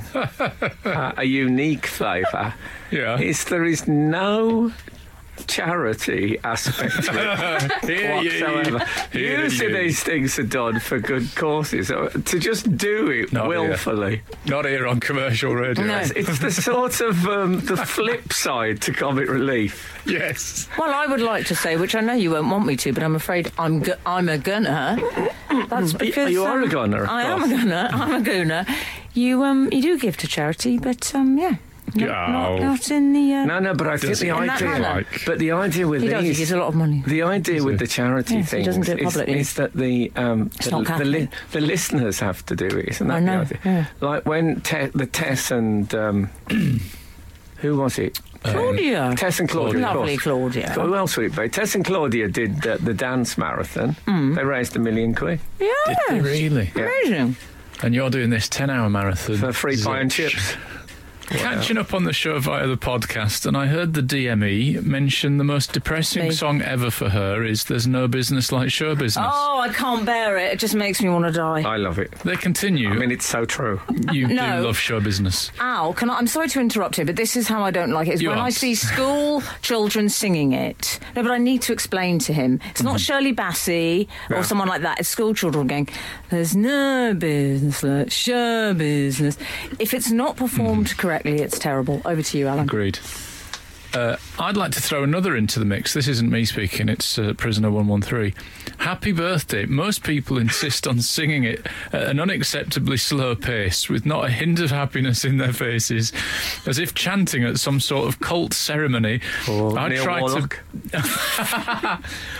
[SPEAKER 2] uh, a unique flavour
[SPEAKER 4] Yeah.
[SPEAKER 2] is there is no charity aspect to it
[SPEAKER 4] Hear ye,
[SPEAKER 2] whatsoever.
[SPEAKER 4] hear
[SPEAKER 2] Usually
[SPEAKER 4] ye.
[SPEAKER 2] these things are done for good causes. Uh, To just do it
[SPEAKER 4] Not here.
[SPEAKER 2] willfully,
[SPEAKER 4] Not here on commercial radio.
[SPEAKER 3] No.
[SPEAKER 2] it's the sort of um, the flip side to comic relief.
[SPEAKER 4] Yes.
[SPEAKER 3] Well, I would like to say, which I know you won't want me to, but I'm afraid I'm go- I'm a gunner. That's because
[SPEAKER 2] Mm, you are a
[SPEAKER 3] um,
[SPEAKER 2] gunner, of
[SPEAKER 3] I am a
[SPEAKER 2] course.
[SPEAKER 3] gunner. I'm a gunner. You um you do give to charity, but um yeah, not, not,
[SPEAKER 4] Oh.
[SPEAKER 3] not in the uh,
[SPEAKER 2] No, no, but I think
[SPEAKER 4] Does
[SPEAKER 2] the
[SPEAKER 4] it
[SPEAKER 3] In that
[SPEAKER 2] idea,
[SPEAKER 3] manner.
[SPEAKER 4] Like-
[SPEAKER 2] but the idea with
[SPEAKER 3] he does. He
[SPEAKER 2] these
[SPEAKER 3] gives a lot of money.
[SPEAKER 2] The idea with the charity
[SPEAKER 3] Yes, he
[SPEAKER 2] thing
[SPEAKER 3] doesn't do it
[SPEAKER 2] is,
[SPEAKER 3] publicly.
[SPEAKER 2] is that the um, the,
[SPEAKER 3] not
[SPEAKER 2] the, li-
[SPEAKER 3] Catholic.
[SPEAKER 2] the listeners have to do it, isn't that
[SPEAKER 3] I know,
[SPEAKER 2] the idea?
[SPEAKER 3] yeah.
[SPEAKER 2] Like when Te- the Tess and um, who was it?
[SPEAKER 3] Claudia,
[SPEAKER 2] Tess and Claudia. of
[SPEAKER 3] lovely
[SPEAKER 2] course.
[SPEAKER 3] Claudia.
[SPEAKER 2] Who else would it be? Tess and Claudia did the, the dance marathon. They raised a million quid
[SPEAKER 3] Yeah,
[SPEAKER 4] Really?
[SPEAKER 2] Yeah.
[SPEAKER 3] amazing.
[SPEAKER 4] And you're doing this 10 hour marathon.
[SPEAKER 2] for free pie and chips.
[SPEAKER 4] catching up on the show via the podcast, and I heard the DME mention the most depressing
[SPEAKER 3] Me.
[SPEAKER 4] song ever for her is "There's No Business Like Show Business."
[SPEAKER 3] Oh, I can't bear it. It just makes me want to die.
[SPEAKER 2] I love it.
[SPEAKER 4] They continue.
[SPEAKER 2] I mean, it's so true.
[SPEAKER 4] you
[SPEAKER 3] no.
[SPEAKER 4] do love show business.
[SPEAKER 3] Al, can I, I'm sorry to interrupt here, but this is how I don't like it. Is
[SPEAKER 4] You
[SPEAKER 3] when I
[SPEAKER 4] are.
[SPEAKER 3] see school children singing it. No, but I need to explain to him. It's not Shirley Bassey or
[SPEAKER 2] No.
[SPEAKER 3] someone like that. It's school children going, "There's no business like show business." If it's not performed correctly, it's terrible. Over to you, Alan.
[SPEAKER 4] Agreed. Uh, I'd like to throw another into the mix. This isn't me speaking, it's uh, Prisoner 113. Happy birthday. Most people insist on singing it at an unacceptably slow pace with not a hint of happiness in their faces, as if chanting at some sort of cult ceremony.
[SPEAKER 2] Or
[SPEAKER 4] I
[SPEAKER 2] Neil
[SPEAKER 4] try
[SPEAKER 2] Warnock.
[SPEAKER 4] to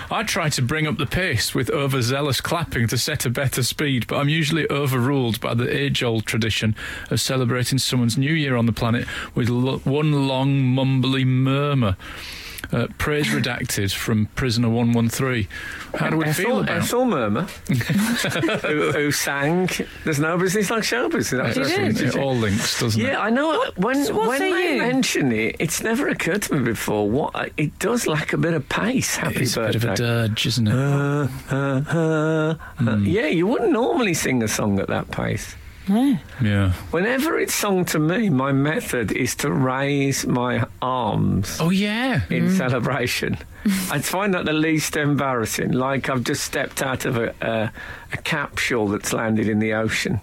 [SPEAKER 4] I try to bring up the pace with overzealous clapping to set a better speed, but I'm usually overruled by the age-old tradition of celebrating someone's new year on the planet with lo- one long mumbly murmur. Uh, praise redacted from Prisoner 113. How do we feel
[SPEAKER 2] Ethel,
[SPEAKER 4] about
[SPEAKER 2] Ethel Murmur, who, who sang "There's No Business Like Show Business." That's
[SPEAKER 3] She
[SPEAKER 2] what I
[SPEAKER 3] did.
[SPEAKER 2] think.
[SPEAKER 4] it? all links, doesn't it?
[SPEAKER 2] Yeah, I know. When
[SPEAKER 3] what
[SPEAKER 2] when
[SPEAKER 3] say
[SPEAKER 2] they
[SPEAKER 3] you?
[SPEAKER 2] mention it, it's never occurred to me before. What it does lack a bit of pace. Happy
[SPEAKER 4] It's a bit
[SPEAKER 2] birthday.
[SPEAKER 4] of a dirge, isn't it?
[SPEAKER 2] Uh, uh, uh, uh. Yeah, you wouldn't normally sing a song at that pace.
[SPEAKER 3] No.
[SPEAKER 4] Yeah.
[SPEAKER 2] Whenever it's sung to me, my method is to raise my arms
[SPEAKER 4] Oh, yeah.
[SPEAKER 2] in celebration. I find that the least embarrassing. Like I've just stepped out of a, a, a capsule that's landed in the ocean,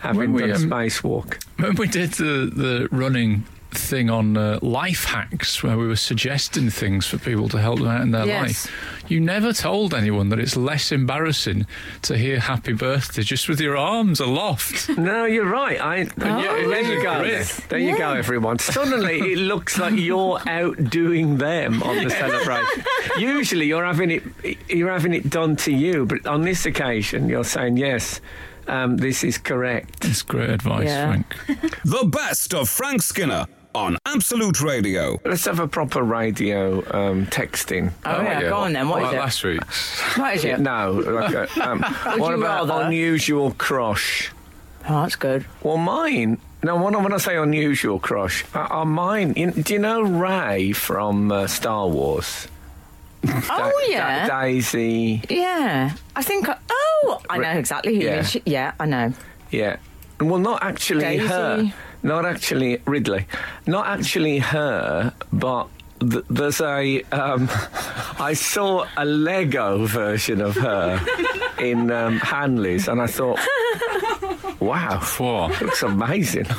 [SPEAKER 2] having
[SPEAKER 4] When we,
[SPEAKER 2] done
[SPEAKER 4] um,
[SPEAKER 2] spacewalk.
[SPEAKER 4] When we did the, the running thing on uh, life hacks, where we were suggesting things for people to help them out in their
[SPEAKER 3] Yes.
[SPEAKER 4] life, you never told anyone that it's less embarrassing to hear happy birthday just with your arms aloft.
[SPEAKER 2] No, you're right. I,
[SPEAKER 3] Oh,
[SPEAKER 4] yeah, it
[SPEAKER 2] there
[SPEAKER 4] is
[SPEAKER 2] you go.
[SPEAKER 4] great.
[SPEAKER 2] There you go, everyone. Suddenly, it looks like you're outdoing them on the celebration. Usually, you're having it you're having it done to you, but on this occasion, you're saying yes. Um, this is correct.
[SPEAKER 4] It's great advice,
[SPEAKER 3] Yeah.
[SPEAKER 4] Frank.
[SPEAKER 1] The best of Frank Skinner on Absolute Radio.
[SPEAKER 2] Let's have a proper radio um, texting.
[SPEAKER 3] Oh, yeah, go on then. What is
[SPEAKER 4] Like
[SPEAKER 3] it?
[SPEAKER 4] last week's.
[SPEAKER 3] What is it?
[SPEAKER 2] No, like a, um, what
[SPEAKER 3] you
[SPEAKER 2] about
[SPEAKER 3] rather?
[SPEAKER 2] unusual crush?
[SPEAKER 3] Oh, that's good.
[SPEAKER 2] Well, mine. Now, when I, when I say unusual crush, uh, uh, mine. You, do you know Ray from uh, Star Wars?
[SPEAKER 3] Oh
[SPEAKER 2] Da-
[SPEAKER 3] yeah.
[SPEAKER 2] Da- Daisy.
[SPEAKER 3] yeah. I think. I, oh, I know exactly who.
[SPEAKER 2] Yeah.
[SPEAKER 3] Yeah. She, yeah, I know.
[SPEAKER 2] Yeah. Well, not actually
[SPEAKER 3] Daisy.
[SPEAKER 2] her. Not actually Ridley. Not actually her, but. th- There's a. Um, I saw a Lego version of her in um, Hanley's, and I thought, "Wow,
[SPEAKER 4] Four.
[SPEAKER 2] looks amazing."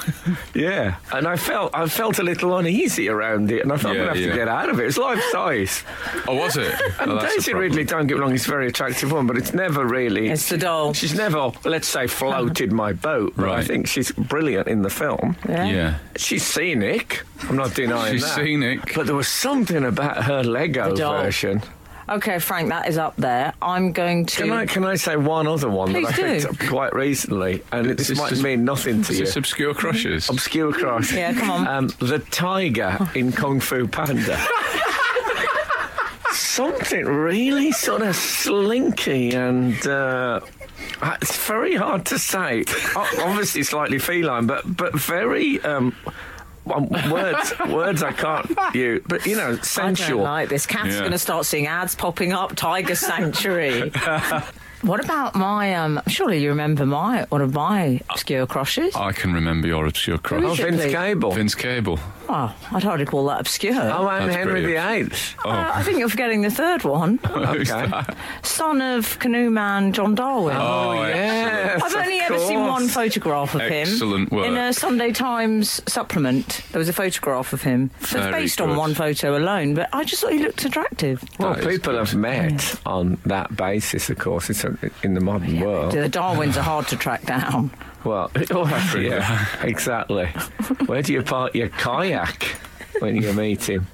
[SPEAKER 2] Yeah, and I felt I felt a little uneasy around it, and I thought I'm
[SPEAKER 4] Yeah,
[SPEAKER 2] gonna have
[SPEAKER 4] yeah.
[SPEAKER 2] to get out of it. It's life size,
[SPEAKER 4] Oh, was it?
[SPEAKER 2] and Daisy Ridley, don't get me wrong, is a very attractive one, but it's never really
[SPEAKER 3] It's the doll.
[SPEAKER 2] She's never, let's say, floated my boat, but I
[SPEAKER 4] Right.
[SPEAKER 2] think she's brilliant in the film.
[SPEAKER 3] Yeah.
[SPEAKER 2] She's scenic. I'm not denying
[SPEAKER 4] She's
[SPEAKER 2] that.
[SPEAKER 4] scenic.
[SPEAKER 2] But there was something about her Lego
[SPEAKER 3] The doll.
[SPEAKER 2] version.
[SPEAKER 3] Okay, Frank, that is up there. I'm going to.
[SPEAKER 2] Can I can I say one other one that I
[SPEAKER 3] Please do.
[SPEAKER 2] picked up quite recently? And it, this,
[SPEAKER 4] This
[SPEAKER 2] might
[SPEAKER 4] is-
[SPEAKER 2] mean nothing to
[SPEAKER 4] Is
[SPEAKER 2] you.
[SPEAKER 4] this obscure crushes?
[SPEAKER 2] Obscure crush.
[SPEAKER 3] Yeah, come on.
[SPEAKER 2] Um, the tiger in Kung Fu Panda. Something really sort of slinky and uh, it's very hard to say. O- Obviously, slightly feline, but but very. Um, um, words, words I can't use, but you know, sensual.
[SPEAKER 3] I don't like this. Kath's
[SPEAKER 4] Yeah.
[SPEAKER 3] going to start seeing ads popping up. Tiger Sanctuary. what about my? Um, surely you remember my one of my obscure crushes.
[SPEAKER 4] I can remember your obscure
[SPEAKER 2] oh,
[SPEAKER 4] crush.
[SPEAKER 3] it,
[SPEAKER 2] Vince
[SPEAKER 3] please?
[SPEAKER 2] Cable.
[SPEAKER 4] Vince Cable.
[SPEAKER 3] Well, I'd hardly call that obscure.
[SPEAKER 2] Oh, Anne
[SPEAKER 4] That's
[SPEAKER 2] Henry VIII.
[SPEAKER 3] Uh, I think you're forgetting the third one.
[SPEAKER 4] Who's
[SPEAKER 2] Okay.
[SPEAKER 4] that?
[SPEAKER 3] Son of canoe man John Darwin.
[SPEAKER 4] Oh,
[SPEAKER 2] yes.
[SPEAKER 3] I've
[SPEAKER 2] of
[SPEAKER 3] only ever seen
[SPEAKER 2] course.
[SPEAKER 3] one photograph of
[SPEAKER 4] Excellent
[SPEAKER 3] him.
[SPEAKER 4] work.
[SPEAKER 3] In a Sunday Times supplement, there was a photograph of him. So it's
[SPEAKER 4] Very
[SPEAKER 3] based on
[SPEAKER 4] good.
[SPEAKER 3] one photo alone, but I just thought he looked attractive.
[SPEAKER 2] Well,
[SPEAKER 4] That is
[SPEAKER 2] people have met on that basis, of course. It's a, in the modern world.
[SPEAKER 3] The Darwins are hard to track down.
[SPEAKER 2] Well, oh, yeah, exactly. Where do you park your kayak when you meet him?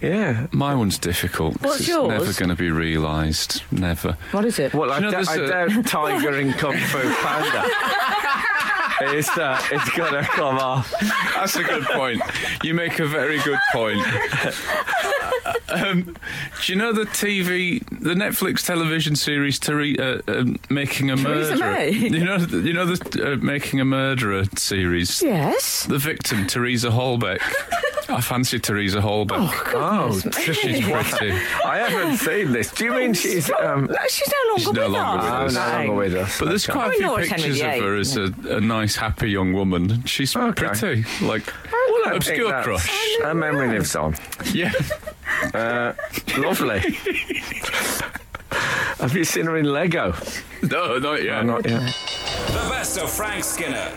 [SPEAKER 2] Yeah.
[SPEAKER 4] My one's difficult. 'cause
[SPEAKER 3] What's
[SPEAKER 4] it's
[SPEAKER 3] yours?
[SPEAKER 4] never going to be realised. Never.
[SPEAKER 3] What is it?
[SPEAKER 2] Well, I,
[SPEAKER 4] you know,
[SPEAKER 2] d-
[SPEAKER 4] there's
[SPEAKER 2] I
[SPEAKER 4] a-
[SPEAKER 2] doubt Tiger in Kung Fu Panda. It's, uh, it's gonna come off.
[SPEAKER 4] That's a good point. You make a very good point. um, do you know the TV, the Netflix television series Tere- uh, um, Making a
[SPEAKER 3] Theresa
[SPEAKER 4] Murderer?
[SPEAKER 3] May?
[SPEAKER 4] You know, you know the uh, Making a Murderer series.
[SPEAKER 3] Yes.
[SPEAKER 4] The victim, Teresa Holbeck. I fancy Teresa Holbeck.
[SPEAKER 2] Oh,
[SPEAKER 4] She's pretty.
[SPEAKER 2] I haven't seen this. Do you mean she's um?
[SPEAKER 3] No, she's no longer
[SPEAKER 4] She's
[SPEAKER 3] with
[SPEAKER 4] no
[SPEAKER 3] us.
[SPEAKER 4] longer with
[SPEAKER 2] Oh,
[SPEAKER 4] us.
[SPEAKER 2] no longer with us.
[SPEAKER 4] But there's
[SPEAKER 2] Okay.
[SPEAKER 4] quite a
[SPEAKER 3] Oh,
[SPEAKER 4] few
[SPEAKER 3] Lord, Henry
[SPEAKER 4] pictures of
[SPEAKER 3] VIII.
[SPEAKER 4] her as a, a nice, happy young woman. She's
[SPEAKER 2] Okay.
[SPEAKER 4] pretty, like
[SPEAKER 2] Well, I think
[SPEAKER 4] obscure
[SPEAKER 2] that's-
[SPEAKER 4] crush.
[SPEAKER 2] Her memory lives on.
[SPEAKER 4] Yeah,
[SPEAKER 2] Uh, Lovely. Have you seen her in Lego?
[SPEAKER 4] no, not yet.
[SPEAKER 2] Not yet.
[SPEAKER 1] The best of Frank Skinner.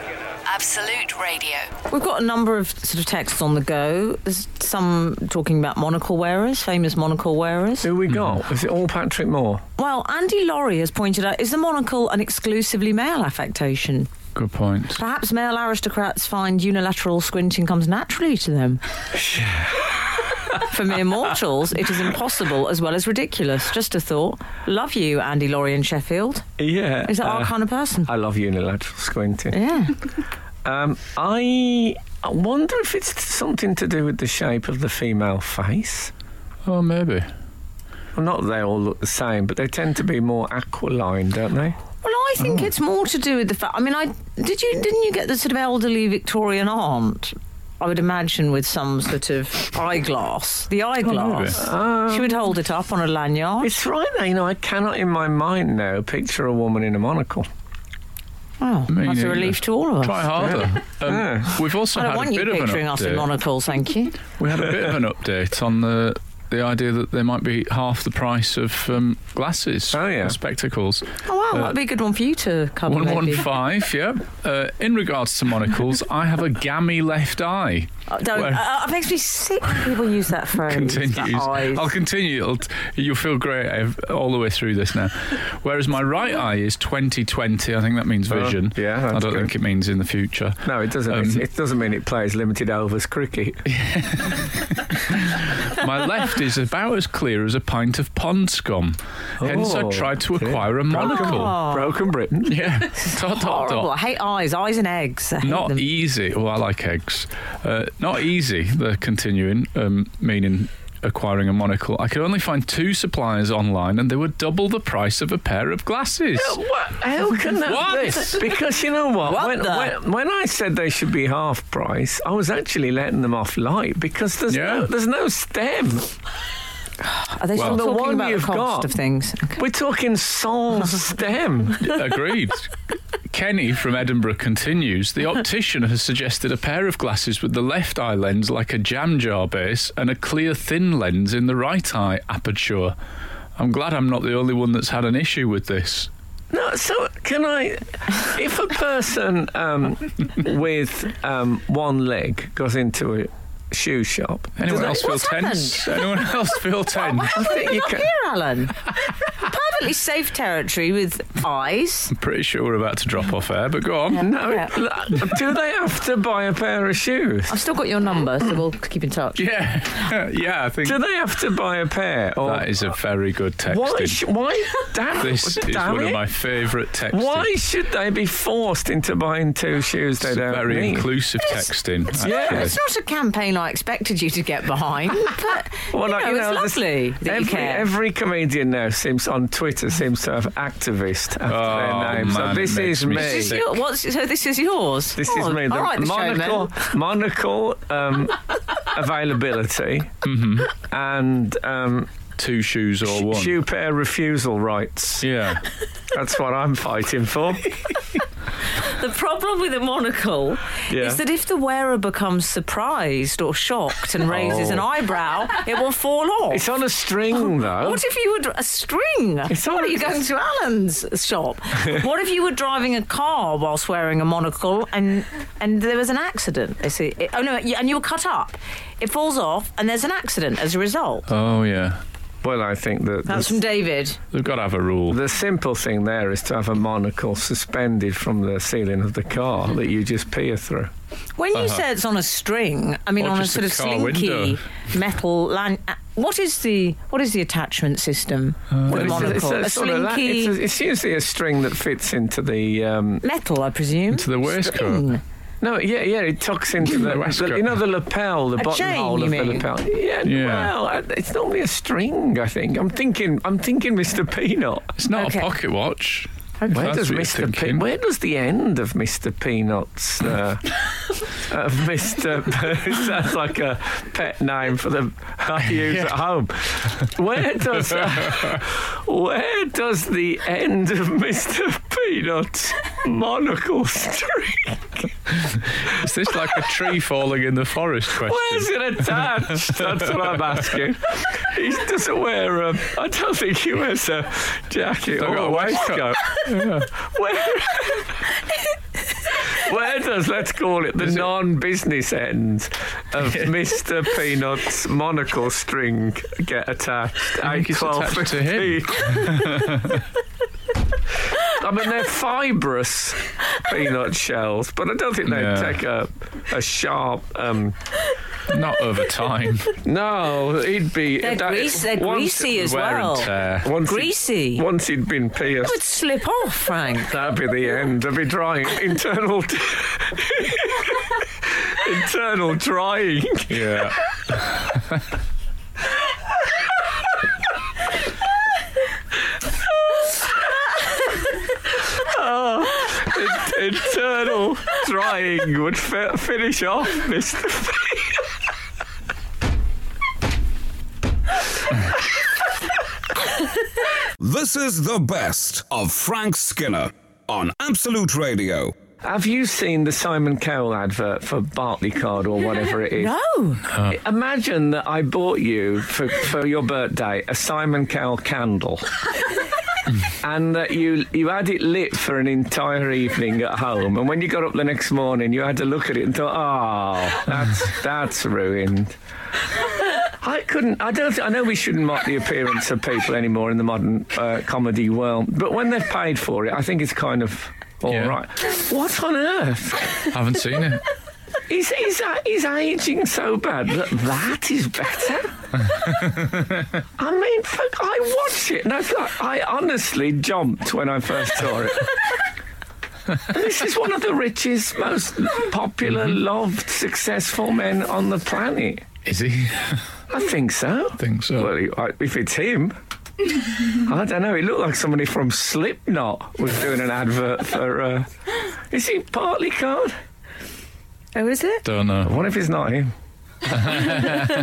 [SPEAKER 5] Absolute Radio.
[SPEAKER 3] We've got a number of sort of texts on the go. There's some talking about monocle wearers, famous monocle wearers.
[SPEAKER 2] Who we got? Is it all Patrick Moore?
[SPEAKER 3] Well, Andy Laurie has pointed out is the monocle an exclusively male affectation?
[SPEAKER 4] Good point.
[SPEAKER 3] Perhaps male aristocrats find unilateral squinting comes naturally to them. For mere mortals, it is impossible as well as ridiculous. Just a thought. Love you, Andy Laurie in Sheffield.
[SPEAKER 2] Yeah.
[SPEAKER 3] Is that our
[SPEAKER 2] uh,
[SPEAKER 3] kind of person?
[SPEAKER 2] I love unilateral squinting.
[SPEAKER 3] yeah.
[SPEAKER 2] Um, I I wonder if it's something to do with the shape of the female face.
[SPEAKER 4] Oh, maybe.
[SPEAKER 2] Well, not they all look the same, but they tend to be more aquiline, don't they?
[SPEAKER 3] Well, I
[SPEAKER 4] Oh.
[SPEAKER 3] think it's more to do with the fact. I mean, I did you didn't you get the sort of elderly Victorian aunt? I would imagine with some sort of eyeglass. The eyeglass.
[SPEAKER 4] Oh,
[SPEAKER 3] she would hold it up on a lanyard.
[SPEAKER 2] It's right there. You know, I cannot in my mind now picture a woman in a monocle.
[SPEAKER 3] Oh,
[SPEAKER 4] Me
[SPEAKER 3] that's a
[SPEAKER 4] neither.
[SPEAKER 3] relief to all of
[SPEAKER 4] Try
[SPEAKER 3] us.
[SPEAKER 4] harder. Um, We've also
[SPEAKER 3] I don't
[SPEAKER 4] had
[SPEAKER 3] want
[SPEAKER 4] a
[SPEAKER 3] you
[SPEAKER 4] bit of an Uh,
[SPEAKER 3] picturing us in
[SPEAKER 4] update.
[SPEAKER 3] monocles, thank you.
[SPEAKER 4] we had a bit of an update on the the idea that they might be half the price of um, glasses.
[SPEAKER 2] Oh, yeah.
[SPEAKER 4] and spectacles.
[SPEAKER 3] Oh wow, that'd be a good one for you to cover.
[SPEAKER 4] One one
[SPEAKER 3] Oh, maybe.
[SPEAKER 4] five. Yeah. Uh, in regards to monocles, I have a gammy left eye.
[SPEAKER 3] Oh, don't,
[SPEAKER 4] Where-
[SPEAKER 3] uh, it makes me sick when people use that phrase. that
[SPEAKER 4] continues.
[SPEAKER 3] Oh, eyes.
[SPEAKER 4] I'll continue. It'll t- you'll feel great ev- all the way through this now. Whereas my right eye is 2020. I think that means
[SPEAKER 2] Oh,
[SPEAKER 4] vision.
[SPEAKER 2] yeah,
[SPEAKER 4] I
[SPEAKER 2] that's
[SPEAKER 4] don't
[SPEAKER 2] good.
[SPEAKER 4] think it means in the future.
[SPEAKER 2] No, it doesn't.
[SPEAKER 4] Um,
[SPEAKER 2] It's- it doesn't mean it plays limited overs cricket.
[SPEAKER 4] my left is about as clear as a pint of pond scum. Hence, I
[SPEAKER 2] Oh,
[SPEAKER 4] tried to
[SPEAKER 2] okay.
[SPEAKER 4] acquire a monocle.
[SPEAKER 3] Oh.
[SPEAKER 2] Broken Britain.
[SPEAKER 4] Yeah. Dot, dot,
[SPEAKER 3] Horrible.
[SPEAKER 4] dot.
[SPEAKER 3] I hate eyes. Eyes and eggs. I hate
[SPEAKER 4] Not e-
[SPEAKER 3] them.
[SPEAKER 4] easy. Well, I like eggs. Uh, not easy. They're continuing, um, meaning acquiring a monocle. I could only find two suppliers online, and they were double the price of a pair of glasses.
[SPEAKER 2] What? How can that
[SPEAKER 4] What?
[SPEAKER 2] be? Because you know what?
[SPEAKER 3] What
[SPEAKER 2] when,
[SPEAKER 3] the-
[SPEAKER 2] when, when I said they should be half price, I was actually letting them off light because there's
[SPEAKER 4] Yeah.
[SPEAKER 2] no there's no stem.
[SPEAKER 3] Are they
[SPEAKER 4] Well,
[SPEAKER 3] still
[SPEAKER 2] the
[SPEAKER 3] talking
[SPEAKER 2] one
[SPEAKER 3] about the
[SPEAKER 2] you've
[SPEAKER 3] cost
[SPEAKER 2] got-
[SPEAKER 3] of things? Okay.
[SPEAKER 2] We're talking sole stem.
[SPEAKER 4] Agreed. Kenny from Edinburgh continues. The optician has suggested a pair of glasses with the left eye lens like a jam jar base and a clear thin lens in the right eye aperture. I'm glad I'm not the only one that's had an issue with this.
[SPEAKER 2] No, so can I? If a person um, with um, one leg goes into a shoe shop,
[SPEAKER 4] Anyone
[SPEAKER 2] does
[SPEAKER 4] else
[SPEAKER 2] that-
[SPEAKER 4] feel tense? Anyone else feel tense?
[SPEAKER 2] I think you can.
[SPEAKER 3] Here, Alan. Perfectly safe territory with eyes.
[SPEAKER 4] I'm pretty sure we're about to drop off air, but go on.
[SPEAKER 2] No,
[SPEAKER 3] Yeah.
[SPEAKER 2] look, do they have to buy a pair of shoes?
[SPEAKER 3] I've still got your number, so we'll keep in touch.
[SPEAKER 4] Yeah, yeah. I think
[SPEAKER 2] Do they have to buy a pair? Or
[SPEAKER 4] that is a very good texting.
[SPEAKER 2] why? Sh- why? Damn,
[SPEAKER 4] this is
[SPEAKER 2] damn
[SPEAKER 4] one
[SPEAKER 2] it.
[SPEAKER 4] of my favourite texting.
[SPEAKER 2] why should they be forced into buying two shoes they
[SPEAKER 4] It's
[SPEAKER 2] don't
[SPEAKER 4] very
[SPEAKER 2] need?
[SPEAKER 4] inclusive texting.
[SPEAKER 2] yeah,
[SPEAKER 4] actually.
[SPEAKER 3] It's not a campaign I expected you to get behind, but you
[SPEAKER 2] like,
[SPEAKER 3] know, it's
[SPEAKER 2] this-
[SPEAKER 3] lovely that
[SPEAKER 2] every,
[SPEAKER 3] you care.
[SPEAKER 2] every comedian now seems on Twitter seems to have activist after
[SPEAKER 4] Oh,
[SPEAKER 2] their name.
[SPEAKER 4] man,
[SPEAKER 2] so this
[SPEAKER 4] it makes
[SPEAKER 2] is
[SPEAKER 4] me
[SPEAKER 2] me.
[SPEAKER 4] sick.
[SPEAKER 3] Is your- what's- so this is yours.
[SPEAKER 2] This
[SPEAKER 3] Oh,
[SPEAKER 2] is me. The
[SPEAKER 3] all right, the showman.
[SPEAKER 2] monocle, monocle um, availability and um,
[SPEAKER 4] Two shoes or Mm-hmm. one.
[SPEAKER 2] shoe pair refusal rights.
[SPEAKER 4] Yeah.
[SPEAKER 2] That's what I'm fighting for.
[SPEAKER 3] The problem with a monocle
[SPEAKER 2] Yeah.
[SPEAKER 3] is that if the wearer becomes surprised or shocked and raises an eyebrow, it will fall off.
[SPEAKER 2] Oh. It's on a string, though.
[SPEAKER 3] Oh, What if you were dr- a string?
[SPEAKER 2] It's
[SPEAKER 3] what
[SPEAKER 2] all-
[SPEAKER 3] are you going to Alan's shop? what if you were driving a car whilst wearing a monocle and and there was an accident? They say, it- oh no, you- and you were cut up. It falls off, and there's an accident as a result.
[SPEAKER 4] Oh yeah.
[SPEAKER 2] Well, I think that
[SPEAKER 3] That's from
[SPEAKER 2] the,
[SPEAKER 3] David.
[SPEAKER 4] They've got to have a rule.
[SPEAKER 2] the simple thing there is to have a monocle suspended from the ceiling of the
[SPEAKER 3] Mm-hmm.
[SPEAKER 2] car that you just peer through.
[SPEAKER 3] When you say it's on a string, I mean
[SPEAKER 4] Or
[SPEAKER 3] on a
[SPEAKER 4] just
[SPEAKER 3] sort
[SPEAKER 4] a
[SPEAKER 3] of
[SPEAKER 4] car
[SPEAKER 3] slinky
[SPEAKER 4] window.
[SPEAKER 3] metal lan- uh, What is the what is the attachment system? with a
[SPEAKER 2] Well,
[SPEAKER 3] monocle,
[SPEAKER 2] it's a- it's a sort of la-
[SPEAKER 3] slinky
[SPEAKER 2] it's a- it's usually a string that fits into the um,
[SPEAKER 3] metal, I presume.
[SPEAKER 4] To the waistcoat.
[SPEAKER 3] String.
[SPEAKER 2] No, yeah, yeah, it tucks into the,
[SPEAKER 4] waistcoat.
[SPEAKER 2] the- you know, the lapel, the
[SPEAKER 3] A
[SPEAKER 2] buttonhole
[SPEAKER 3] chain,
[SPEAKER 2] of
[SPEAKER 3] you
[SPEAKER 2] the
[SPEAKER 3] mean?
[SPEAKER 2] lapel. Yeah,
[SPEAKER 4] Yeah.
[SPEAKER 2] well, I- it's normally a string. I think. I'm thinking. I'm thinking, Mr. Peanut.
[SPEAKER 4] It's not
[SPEAKER 3] Okay.
[SPEAKER 4] a pocket watch. if
[SPEAKER 2] Where
[SPEAKER 4] that's
[SPEAKER 2] does
[SPEAKER 4] what you're
[SPEAKER 2] Mr. Pe-
[SPEAKER 4] thinking.
[SPEAKER 2] Where does the end of Mr. Peanuts? Uh, of Mr. Pe- sounds like a pet name for the I use at home. Where does uh, Where does the end of Mr. Peanuts monocle string?
[SPEAKER 4] Is this like a tree falling in the forest question?
[SPEAKER 2] Where's it attached? That's what I'm asking. He doesn't wear a. I don't think he wears a jacket
[SPEAKER 4] Don't
[SPEAKER 2] or
[SPEAKER 4] got
[SPEAKER 2] a
[SPEAKER 4] a
[SPEAKER 2] waistcoat.
[SPEAKER 4] waistcoat.
[SPEAKER 2] Where? Where does, let's call it, the
[SPEAKER 4] Is it-
[SPEAKER 2] non business end of Mr. Peanut's monocle string get attached?
[SPEAKER 4] I think it's
[SPEAKER 2] 12,
[SPEAKER 4] attached to him.
[SPEAKER 2] 15. I mean, they're fibrous peanut shells, but I don't think they
[SPEAKER 4] Yeah.
[SPEAKER 2] take a, a sharp. Um,
[SPEAKER 4] Not over time.
[SPEAKER 2] no, he'd be.
[SPEAKER 3] They're,
[SPEAKER 2] that-
[SPEAKER 3] grease, they're
[SPEAKER 2] once-
[SPEAKER 3] greasy as
[SPEAKER 4] Wear
[SPEAKER 2] Oh.
[SPEAKER 3] well.
[SPEAKER 4] and tear.
[SPEAKER 2] Once he'd-
[SPEAKER 3] Greasy.
[SPEAKER 2] once he'd been
[SPEAKER 3] It would
[SPEAKER 2] pierced,
[SPEAKER 3] slip off, Frank.
[SPEAKER 2] that'd be the end. I'd be drying internal. internal drying.
[SPEAKER 4] Yeah.
[SPEAKER 2] In- internal drying would fi- finish off Mr. P.
[SPEAKER 1] This is the best of Frank Skinner on Absolute Radio.
[SPEAKER 2] Have you seen the Simon Cowell advert for Bartley Card or whatever it is?
[SPEAKER 3] No.
[SPEAKER 2] Imagine that I bought you for, for your birthday a Simon Cowell candle. And that you you had it lit for an entire evening at home, and when you got up the next morning, you had to look at it and thought, "Oh, that's that's ruined." I couldn't. I don't. I know we shouldn't mock the appearance of people anymore in the modern uh, comedy world, but when they've paid for it, I think it's kind of all right.
[SPEAKER 4] Yeah.
[SPEAKER 2] What on earth?
[SPEAKER 4] Haven't seen it.
[SPEAKER 2] Is, is, is aging so bad that that is better? I mean, fuck, I watch it and I, feel like I honestly jumped when I first saw it. And this is one of the richest, most popular, loved, successful men on the planet.
[SPEAKER 4] Is he?
[SPEAKER 2] I think so.
[SPEAKER 4] think so.
[SPEAKER 2] Well, he- I- if it's him. I don't know. It looked like somebody from Slipknot was doing an advert for. Uh, is he partly card?
[SPEAKER 3] Oh, is it?
[SPEAKER 4] Don't know.
[SPEAKER 2] What if it's not him?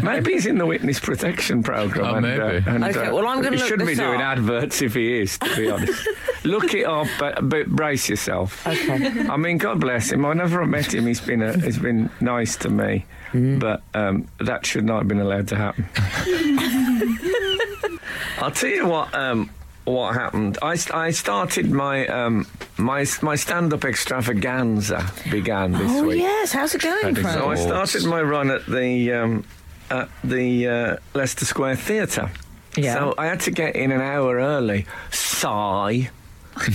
[SPEAKER 2] maybe he's in the witness protection program.
[SPEAKER 4] Oh,
[SPEAKER 2] and, uh,
[SPEAKER 4] maybe.
[SPEAKER 2] and,
[SPEAKER 3] Okay, well, I'm gonna
[SPEAKER 2] He
[SPEAKER 3] look
[SPEAKER 2] shouldn't
[SPEAKER 3] this
[SPEAKER 2] be doing
[SPEAKER 3] up.
[SPEAKER 2] adverts if he is, to be honest. look it up, but, but brace yourself.
[SPEAKER 3] Okay.
[SPEAKER 2] I mean, God bless him. Whenever I met him, he's been a, he's been nice to me,
[SPEAKER 4] Mm.
[SPEAKER 2] but um, that should not have been allowed to happen. I'll tell you what um, what happened. I, st- I started my um, my my stand up extravaganza began this
[SPEAKER 3] Oh,
[SPEAKER 2] week.
[SPEAKER 3] yes. How's it going,
[SPEAKER 4] Spreading
[SPEAKER 2] So I
[SPEAKER 4] Awards.
[SPEAKER 3] Frank?
[SPEAKER 2] started my run at the um, at the uh, Leicester Square Theatre.
[SPEAKER 3] Yeah.
[SPEAKER 2] So I had to get in an hour early. Sigh.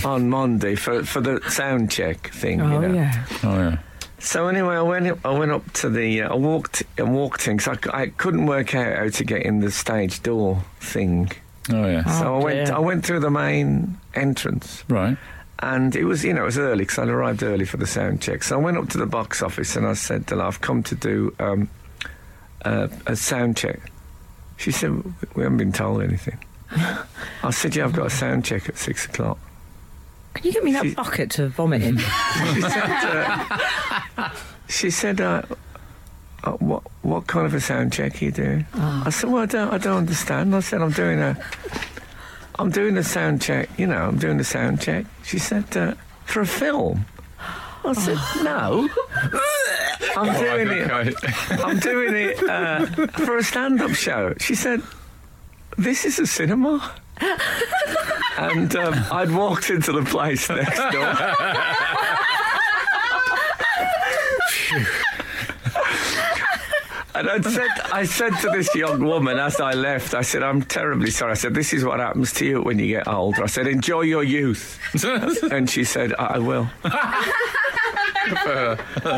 [SPEAKER 2] on Monday for, for the sound check thing. you
[SPEAKER 3] Oh,
[SPEAKER 2] know.
[SPEAKER 3] yeah.
[SPEAKER 4] Oh yeah.
[SPEAKER 2] So anyway, I went I went up to the uh, I walked I walked in because I, c- I couldn't work out how to get in the stage door thing.
[SPEAKER 4] Oh yeah.
[SPEAKER 2] So I went
[SPEAKER 3] dear.
[SPEAKER 2] I went through the main entrance
[SPEAKER 4] Right.
[SPEAKER 2] and it was, you know, it was early because I arrived early for the sound check. So I went up to the box office and I said to her, I've come to do um, uh, a sound check. She said, We haven't been told anything. I said, Yeah, I've got a sound check at six o'clock.
[SPEAKER 3] Can you get me
[SPEAKER 2] She-
[SPEAKER 3] that bucket to vomit in?
[SPEAKER 2] She said, uh, she said uh, uh, what, what kind of a sound check are you doing? I said, Well, I don't, I don't understand. I said, I'm doing a. I'm doing a sound check, you know, I'm doing a sound check. She said, uh, for a film. I said, no. I'm doing it. I'm doing it uh, for a stand-up show. She said, "This is a cinema." and um, I'd walked into the place next door. And I said, I said to this young woman as I left, I said, "I'm terribly sorry." I said, "This is what happens to you when you get older." I said, "Enjoy your youth."
[SPEAKER 4] it.
[SPEAKER 2] And she said, I I will.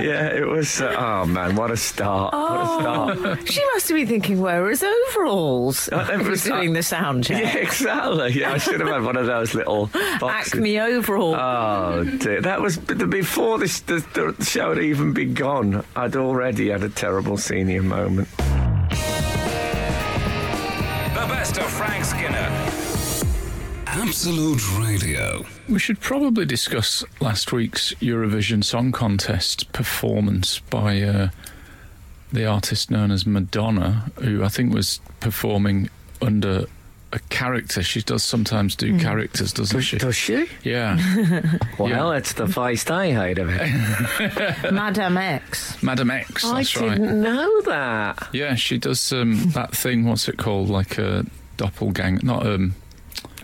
[SPEAKER 2] yeah, it was. Uh, oh man, what a start! What a start!
[SPEAKER 3] She must have been thinking, where are his overalls?
[SPEAKER 2] it
[SPEAKER 3] Who's
[SPEAKER 2] was-
[SPEAKER 3] doing the sound check?
[SPEAKER 2] Yeah, exactly. Yeah, I should have had one of those little boxes.
[SPEAKER 3] Acme overall.
[SPEAKER 2] Oh dear, that was b- the- before this the, the show had even begun. I'd already had a terrible senior moment.
[SPEAKER 1] The best of Frank Skinner. Absolute Radio.
[SPEAKER 4] We should probably discuss last week's Eurovision Song Contest performance by uh, the artist known as Madonna, who I think was performing under a character. She does sometimes
[SPEAKER 2] Hmm.
[SPEAKER 4] do characters, doesn't she?
[SPEAKER 2] she?
[SPEAKER 4] Yeah,
[SPEAKER 2] Well,
[SPEAKER 4] Yeah.
[SPEAKER 2] it's the first I heard of it.
[SPEAKER 3] Madame X.
[SPEAKER 4] Madam X.
[SPEAKER 2] Oh, I
[SPEAKER 4] That's right.
[SPEAKER 2] didn't know that.
[SPEAKER 4] Yeah, she does um, that thing. What's it called? Like a doppelganger? Not um,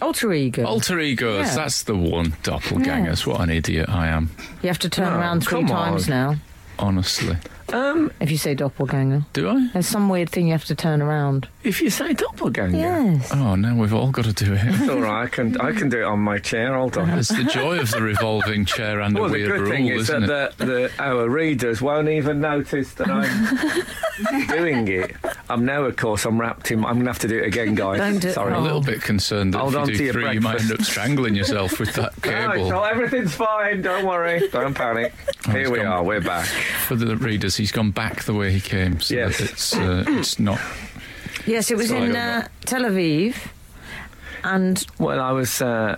[SPEAKER 3] Alter ego.
[SPEAKER 4] alter egos.
[SPEAKER 3] Yeah.
[SPEAKER 4] That's the one. Doppelgangers. What an idiot I am.
[SPEAKER 3] you have to turn
[SPEAKER 2] Oh,
[SPEAKER 3] around three
[SPEAKER 2] come
[SPEAKER 3] times
[SPEAKER 2] on.
[SPEAKER 3] now
[SPEAKER 4] Honestly,
[SPEAKER 2] Um,
[SPEAKER 3] if you say doppelganger.
[SPEAKER 4] do I?
[SPEAKER 3] There's some weird thing you have to turn around.
[SPEAKER 2] if you say doppelganger,
[SPEAKER 3] Yes.
[SPEAKER 4] Oh no, we've all got to do it.
[SPEAKER 2] it's all right. I can I can do it on my chair. Hold on.
[SPEAKER 4] It's the joy of the revolving chair and
[SPEAKER 2] Well,
[SPEAKER 4] a
[SPEAKER 2] the
[SPEAKER 4] weird
[SPEAKER 2] good
[SPEAKER 4] rule,
[SPEAKER 2] thing is
[SPEAKER 4] isn't
[SPEAKER 2] that
[SPEAKER 4] it?
[SPEAKER 2] the, the, our readers won't even notice that I'm doing it. I'm now, of course, I'm wrapped in. I'm going to have to do it again, guys.
[SPEAKER 3] Don't do-
[SPEAKER 2] Sorry.
[SPEAKER 4] I'm a little
[SPEAKER 3] Oh.
[SPEAKER 4] bit concerned that
[SPEAKER 2] Hold
[SPEAKER 4] if
[SPEAKER 2] on
[SPEAKER 4] you
[SPEAKER 2] to
[SPEAKER 4] do
[SPEAKER 2] your
[SPEAKER 4] three, you might end up
[SPEAKER 2] breakfast.
[SPEAKER 4] strangling yourself with that
[SPEAKER 2] No, it's
[SPEAKER 4] cable. Oh,
[SPEAKER 2] all- everything's fine. Don't worry. Don't panic. Here
[SPEAKER 4] it's
[SPEAKER 2] we
[SPEAKER 4] gone.
[SPEAKER 2] are. We're back.
[SPEAKER 4] For the readers, he's gone back the way he came, so
[SPEAKER 2] Yes.
[SPEAKER 4] that it's uh, it's not.
[SPEAKER 3] Yes, it was in
[SPEAKER 4] Sorry, I'm
[SPEAKER 3] uh, Tel Aviv. And
[SPEAKER 2] Well, I was uh,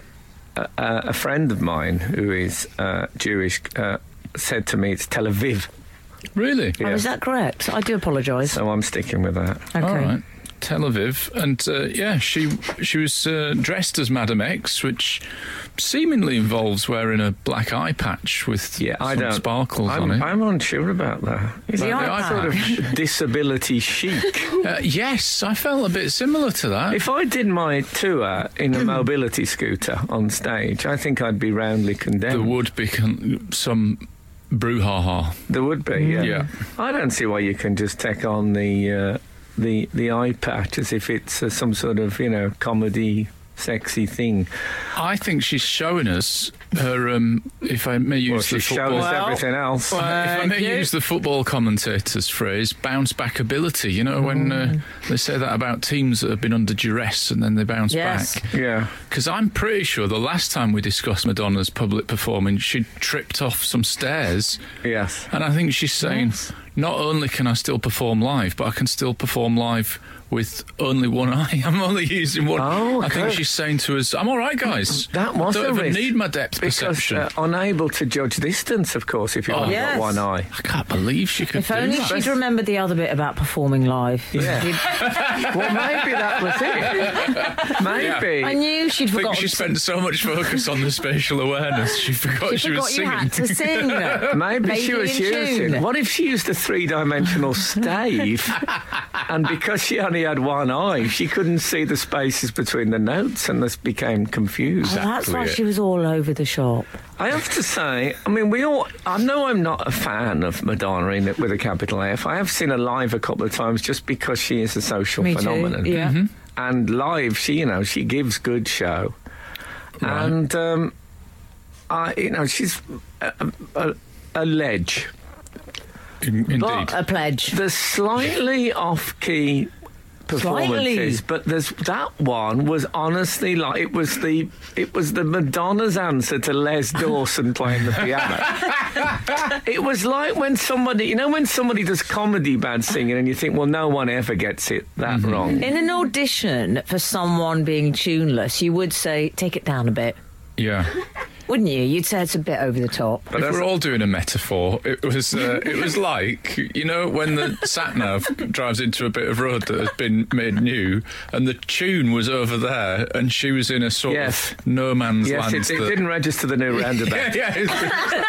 [SPEAKER 2] a, a friend of mine who is uh, Jewish uh, said to me it's Tel Aviv,
[SPEAKER 4] Really?
[SPEAKER 3] oh,
[SPEAKER 2] Yeah.
[SPEAKER 3] is that correct? I do apologise.
[SPEAKER 2] so I'm sticking with that.
[SPEAKER 3] okay.
[SPEAKER 4] All right. Tel Aviv, and uh, yeah, she she was uh, dressed as Madame X, which seemingly involves wearing a black eye patch with
[SPEAKER 2] Yeah,
[SPEAKER 4] some
[SPEAKER 2] I don't.
[SPEAKER 4] sparkles
[SPEAKER 2] I'm,
[SPEAKER 4] on it.
[SPEAKER 2] I'm unsure about that. Is
[SPEAKER 3] The
[SPEAKER 2] it
[SPEAKER 3] eye
[SPEAKER 2] that sort of disability chic?
[SPEAKER 4] Uh, yes, I felt a bit similar to that.
[SPEAKER 2] If I did my tour in
[SPEAKER 3] Hmm.
[SPEAKER 2] a mobility scooter on stage, I think I'd be roundly condemned.
[SPEAKER 4] there would be con- some brouhaha.
[SPEAKER 2] There would be, yeah.
[SPEAKER 4] Yeah.
[SPEAKER 2] I don't see why you can just take on the uh, the the eye patch as if it's uh, some sort of you know comedy sexy thing.
[SPEAKER 4] I think she's showing us her. Um, if I may
[SPEAKER 2] Well,
[SPEAKER 4] use
[SPEAKER 2] she
[SPEAKER 4] the
[SPEAKER 2] showed
[SPEAKER 4] football.
[SPEAKER 2] us
[SPEAKER 3] Well,
[SPEAKER 2] everything else.
[SPEAKER 4] Uh, if I may
[SPEAKER 3] Thank you.
[SPEAKER 4] use the football commentator's phrase, bounce back ability. You know, when uh, they say that about teams that have been under duress and then they bounce
[SPEAKER 3] Yes.
[SPEAKER 4] back.
[SPEAKER 2] yeah.
[SPEAKER 4] Because I'm pretty sure the last time we discussed Madonna's public performance, she tripped off some stairs.
[SPEAKER 2] Yes.
[SPEAKER 4] And I think she's saying, not only can I still perform live, but I can still perform live with only one eye. I'm only using one.
[SPEAKER 2] Oh,
[SPEAKER 4] I think
[SPEAKER 2] okay.
[SPEAKER 4] she's saying to us, I'm all right, guys.
[SPEAKER 3] Mm,
[SPEAKER 2] That was
[SPEAKER 4] I
[SPEAKER 2] a
[SPEAKER 4] don't even
[SPEAKER 2] risk,
[SPEAKER 4] need my depth
[SPEAKER 2] Because
[SPEAKER 4] perception.
[SPEAKER 2] uh, unable to judge distance, of course, if you've
[SPEAKER 4] Oh.
[SPEAKER 2] only
[SPEAKER 3] Yes.
[SPEAKER 2] got one eye.
[SPEAKER 4] I can't believe she could
[SPEAKER 3] If
[SPEAKER 4] do
[SPEAKER 3] only
[SPEAKER 4] that.
[SPEAKER 3] she'd remembered the other bit about performing live.
[SPEAKER 2] Yeah. well, maybe that was it. Maybe.
[SPEAKER 3] I knew she'd
[SPEAKER 4] I think
[SPEAKER 3] forgotten.
[SPEAKER 4] she spent so much focus on the spatial awareness, she forgot she,
[SPEAKER 3] she forgot you
[SPEAKER 4] was singing.
[SPEAKER 3] had to sing. though.
[SPEAKER 2] Maybe, she
[SPEAKER 3] Lady
[SPEAKER 2] was
[SPEAKER 3] in
[SPEAKER 2] using.
[SPEAKER 3] Tune.
[SPEAKER 2] What if she used a three dimensional stave? and because she only had one eye, she couldn't see the spaces between the notes and this became confused.
[SPEAKER 3] Well, that's why
[SPEAKER 4] Exactly it.
[SPEAKER 3] she was all over the shop.
[SPEAKER 2] I have to say, I mean, we all. I know I'm not a fan of Madonna in, with a capital F. I have seen her live a couple of times just because she is a social
[SPEAKER 3] Me too,
[SPEAKER 2] phenomenon.
[SPEAKER 3] yeah. Mhm.
[SPEAKER 2] And live, she, you know, she gives good show. And, um, I, you know, she's a, a, a ledge.
[SPEAKER 4] In- Indeed.
[SPEAKER 3] What a pledge.
[SPEAKER 2] There's slightly off key performances,
[SPEAKER 3] Slightly.
[SPEAKER 2] but there's that one was honestly like it was the it was the Madonna's answer to Les Dawson playing the piano. it was like when somebody you know when somebody does comedy bad singing and you think, well, no one ever gets it that wrong.
[SPEAKER 3] In an audition for someone being tuneless, you would say, take it down a bit,
[SPEAKER 4] yeah.
[SPEAKER 3] wouldn't you? You'd say it's a bit over the top.
[SPEAKER 4] But if we're all doing a metaphor, it was uh, it was like you know when the sat nav drives into a bit of road that has been made new, and the tune was over there, and she was in a sort
[SPEAKER 2] Yes.
[SPEAKER 4] of no man's
[SPEAKER 2] Yes,
[SPEAKER 4] land.
[SPEAKER 2] it, it
[SPEAKER 4] that-
[SPEAKER 2] didn't register the new roundabout.
[SPEAKER 4] Yeah, yeah. it's-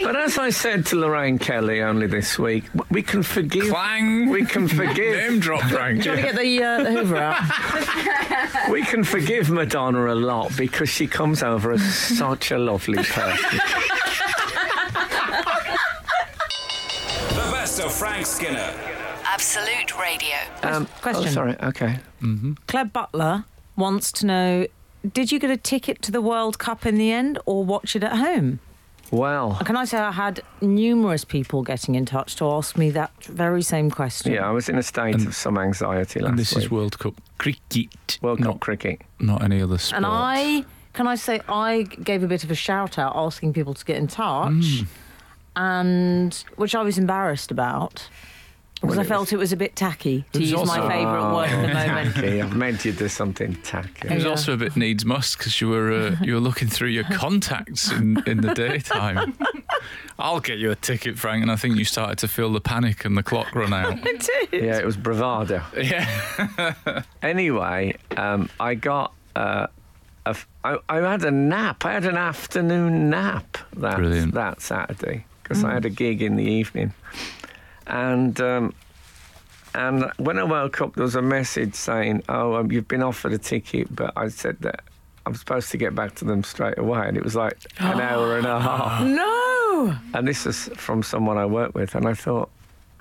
[SPEAKER 2] But as I said to Lorraine Kelly only this week, w- we can forgive.
[SPEAKER 4] Clang.
[SPEAKER 2] We can forgive.
[SPEAKER 4] Name drop, Frank.
[SPEAKER 3] Do you want to get the, uh, the Hoover out?
[SPEAKER 2] We can forgive Madonna a lot because she comes over as such a lovely person.
[SPEAKER 1] The best of Frank Skinner.
[SPEAKER 5] Absolute Radio.
[SPEAKER 2] Um,
[SPEAKER 3] Question.
[SPEAKER 2] Oh, sorry. Okay.
[SPEAKER 3] Claire Butler wants to know Did you get a ticket to the World Cup in the end or watch it at home?
[SPEAKER 2] Well,
[SPEAKER 3] Can I say I had numerous people getting in touch to ask me that very same question?
[SPEAKER 2] yeah, I was in a state of some anxiety last
[SPEAKER 4] And this
[SPEAKER 2] week.
[SPEAKER 4] is World Cup cricket,
[SPEAKER 2] World Cup
[SPEAKER 4] not
[SPEAKER 2] cricket.
[SPEAKER 4] not any other sport.
[SPEAKER 3] And I, can I say, I gave a bit of a shout out asking people to get in touch, and which I was embarrassed about because
[SPEAKER 2] Well,
[SPEAKER 3] I
[SPEAKER 2] it
[SPEAKER 3] felt it was a bit tacky to
[SPEAKER 4] was
[SPEAKER 3] use my
[SPEAKER 4] also-
[SPEAKER 3] favourite word at the moment.
[SPEAKER 2] Tacky. I've meant you do something tacky.
[SPEAKER 4] It was
[SPEAKER 3] Yeah.
[SPEAKER 4] also a bit needs must because you were uh, you were looking through your contacts in, in the daytime. I'll get you a ticket, Frank, and I think you started to feel the panic and the clock run out.
[SPEAKER 2] Yeah, it was bravado.
[SPEAKER 4] yeah,
[SPEAKER 2] Anyway, um, I got. Uh, a f- I, I had a nap. I had an afternoon nap that
[SPEAKER 4] Brilliant. Hmm.
[SPEAKER 2] that Saturday because I had a gig in the evening, and um, and when I woke up, there was a message saying, "Oh, um, you've been offered a ticket," but I said that I'm supposed to get back to them straight away, and it was like an hour and a half.
[SPEAKER 3] No!
[SPEAKER 2] And this is from someone I work with, and I thought,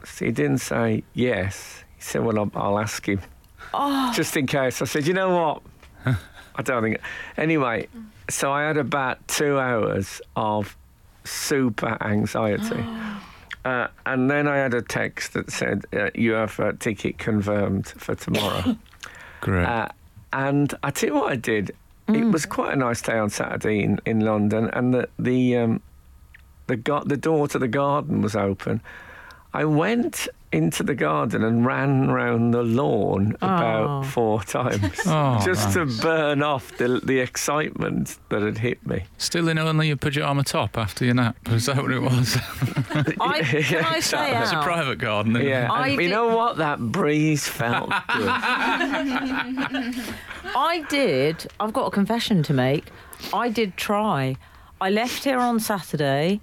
[SPEAKER 2] see, he didn't say yes. He said, well, I'll, I'll ask him. Just in case. I said, you know what? I don't think. Anyway, so I had about two hours of super anxiety. Uh, and then I had a text that said, uh, you have a ticket confirmed for tomorrow.
[SPEAKER 4] great.
[SPEAKER 2] Uh, and I tell you what I did.
[SPEAKER 3] Mm.
[SPEAKER 2] It was quite a nice day on Saturday in, in London, and the the um, the, gar- the door to the garden was open. I went into the garden and ran round the lawn
[SPEAKER 3] Oh.
[SPEAKER 2] about four times,
[SPEAKER 4] Oh,
[SPEAKER 2] just to burn off the the excitement that had hit me.
[SPEAKER 4] Still in only your pajama top after your nap. Is that what it was?
[SPEAKER 3] I, can I say
[SPEAKER 4] it's a
[SPEAKER 3] out?
[SPEAKER 4] private garden. isn't
[SPEAKER 2] Oh.
[SPEAKER 4] it?
[SPEAKER 2] Yeah,
[SPEAKER 3] I
[SPEAKER 2] and you
[SPEAKER 3] Oh, did-
[SPEAKER 2] know what? That breeze felt good.
[SPEAKER 3] I did. I've got a confession to make. I did try. I left here on Saturday.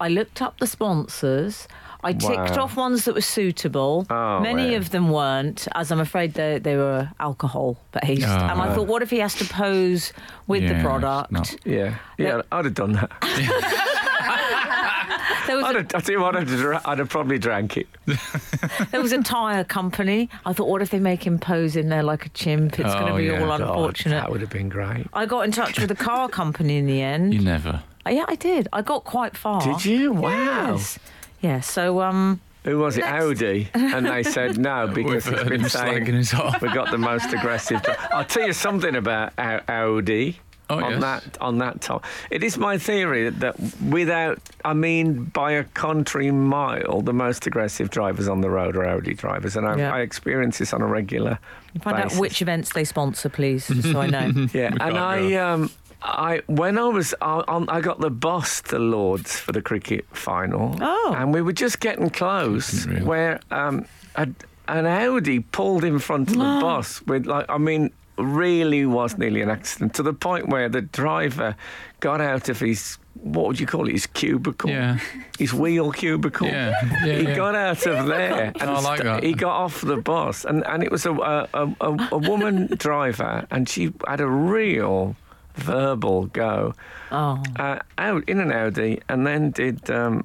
[SPEAKER 3] I looked up the sponsors. I ticked
[SPEAKER 2] Wow.
[SPEAKER 3] off ones that were suitable.
[SPEAKER 2] Oh,
[SPEAKER 3] Many
[SPEAKER 2] wow.
[SPEAKER 3] of them weren't, as I'm afraid they, they were alcohol based.
[SPEAKER 4] Ah.
[SPEAKER 3] and I thought, what if he has to pose with
[SPEAKER 4] Yeah,
[SPEAKER 3] the
[SPEAKER 4] it's
[SPEAKER 3] product?
[SPEAKER 4] not-
[SPEAKER 2] Yeah, yeah, I'd have done that.
[SPEAKER 3] There was,
[SPEAKER 2] I'd
[SPEAKER 3] a,
[SPEAKER 2] have, I tell you what, I'd have, dra- I'd have probably drank it.
[SPEAKER 3] there was a tyre company. I thought, what if they make him pose in there like a chimp? It's going to
[SPEAKER 4] Oh,
[SPEAKER 3] be
[SPEAKER 4] yeah.
[SPEAKER 3] all
[SPEAKER 4] God,
[SPEAKER 2] God,
[SPEAKER 3] unfortunate.
[SPEAKER 2] that would have been great.
[SPEAKER 3] I got in touch with a car company in the end.
[SPEAKER 4] You never.
[SPEAKER 3] Yeah, I did. I got quite far.
[SPEAKER 2] Did you? Wow.
[SPEAKER 3] Yes. Yeah, so um,
[SPEAKER 2] Who was it?
[SPEAKER 3] Next.
[SPEAKER 2] Audi. And they said no because it's
[SPEAKER 4] We've heard him
[SPEAKER 2] been
[SPEAKER 4] uh, slagging
[SPEAKER 2] saying
[SPEAKER 4] us off.
[SPEAKER 2] we got the most aggressive. dri- I'll tell you something about Au- Audi.
[SPEAKER 4] Oh,
[SPEAKER 2] on
[SPEAKER 4] yes.
[SPEAKER 2] that on that top. It is my theory that without I mean by a country mile the most aggressive drivers on the road are Audi drivers and I,
[SPEAKER 3] Yeah.
[SPEAKER 2] I experience this on a regular
[SPEAKER 3] find
[SPEAKER 2] basis.
[SPEAKER 3] out which events they sponsor, please, just so I know.
[SPEAKER 2] Yeah,
[SPEAKER 4] We
[SPEAKER 2] and
[SPEAKER 4] can't
[SPEAKER 2] I, um, I when I was I, on, I got the bus to Lords for the cricket final.
[SPEAKER 3] Oh.
[SPEAKER 2] and we were just getting close
[SPEAKER 4] Keeping it real.
[SPEAKER 2] where um, a, an Audi pulled in front of the bus with like I mean really was nearly an accident to the point where the driver got out of his what would you call it his cubicle
[SPEAKER 4] Yeah.
[SPEAKER 2] his wheel cubicle
[SPEAKER 4] Yeah, yeah,
[SPEAKER 2] he
[SPEAKER 4] yeah. Oh,
[SPEAKER 2] got out of there and
[SPEAKER 4] I like
[SPEAKER 2] sta-
[SPEAKER 4] that.
[SPEAKER 2] he got off the bus, and, and it was a, a, a, a- a woman driver, and she had a real verbal go
[SPEAKER 3] Oh,
[SPEAKER 2] uh, out in an Audi, and then did um,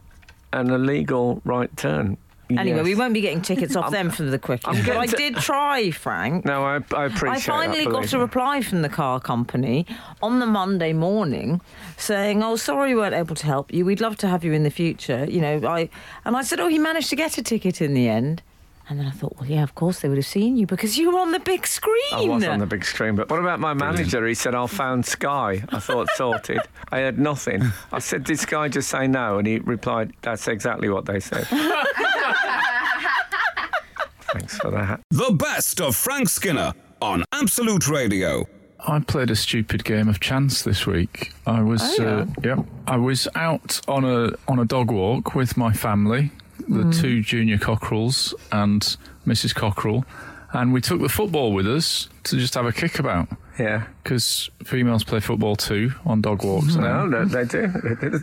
[SPEAKER 2] an illegal right turn.
[SPEAKER 3] anyway,
[SPEAKER 2] Yes.
[SPEAKER 3] we won't be getting tickets off them for the quickest. But
[SPEAKER 2] getting
[SPEAKER 3] I
[SPEAKER 2] to-
[SPEAKER 3] did try, Frank.
[SPEAKER 2] No, I, I appreciate.
[SPEAKER 3] I finally
[SPEAKER 2] that,
[SPEAKER 3] got
[SPEAKER 2] believe
[SPEAKER 3] a
[SPEAKER 2] me.
[SPEAKER 3] reply from the car company on the Monday morning saying, "Oh, sorry, we weren't able to help you. We'd love to have you in the future." You know, I and I said, "Oh, he managed to get a ticket in the end." And then I thought, well, yeah, of course they would have seen you because you were on the big screen.
[SPEAKER 2] I was on the big screen, but what about my manager? He said, I found Sky. I thought, sorted. I had nothing. I said, Did Sky just say no? And he replied, That's exactly what they said. Thanks for that.
[SPEAKER 1] The best of Frank Skinner on Absolute Radio.
[SPEAKER 4] I played a stupid game of chance this week. I was, uh, yeah, I was out on a on a dog walk with my family, the two junior cockerels and Mrs. Cockerel, and we took the football with us to just have a kickabout
[SPEAKER 2] Yeah.
[SPEAKER 4] because females play football too on dog walks. now.
[SPEAKER 2] No, no, they do.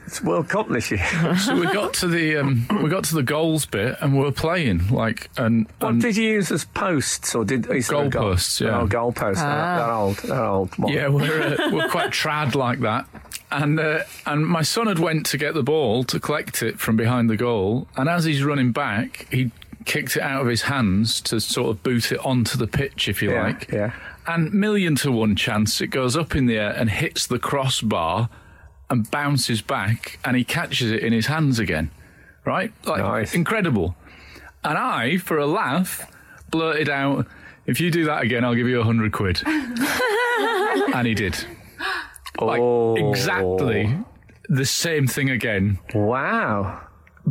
[SPEAKER 2] It's World Cup this year.
[SPEAKER 4] So we got to the um, we got to the goals bit and we were playing like and,
[SPEAKER 2] What
[SPEAKER 4] and
[SPEAKER 2] did you use as posts or did is there a goal-
[SPEAKER 4] Goalposts, yeah.
[SPEAKER 2] Oh, goal posts. They're- They're old. They're old. model.
[SPEAKER 4] Yeah, we're uh, we're quite trad like that. And uh, and my son had went to get the ball to collect it from behind the goal, and as he's running back, he kicked it out of his hands to sort of boot it onto the pitch, if you
[SPEAKER 2] Yeah,
[SPEAKER 4] like.
[SPEAKER 2] yeah.
[SPEAKER 4] And million to one chance, it goes up in the air and hits the crossbar. and bounces back and he catches it in his hands again. Right? Like
[SPEAKER 2] Nice.
[SPEAKER 4] incredible. And I, for a laugh, blurted out, if you do that again, I'll give you a hundred quid. and he did. Like
[SPEAKER 2] Oh.
[SPEAKER 4] exactly the same thing again.
[SPEAKER 2] Wow.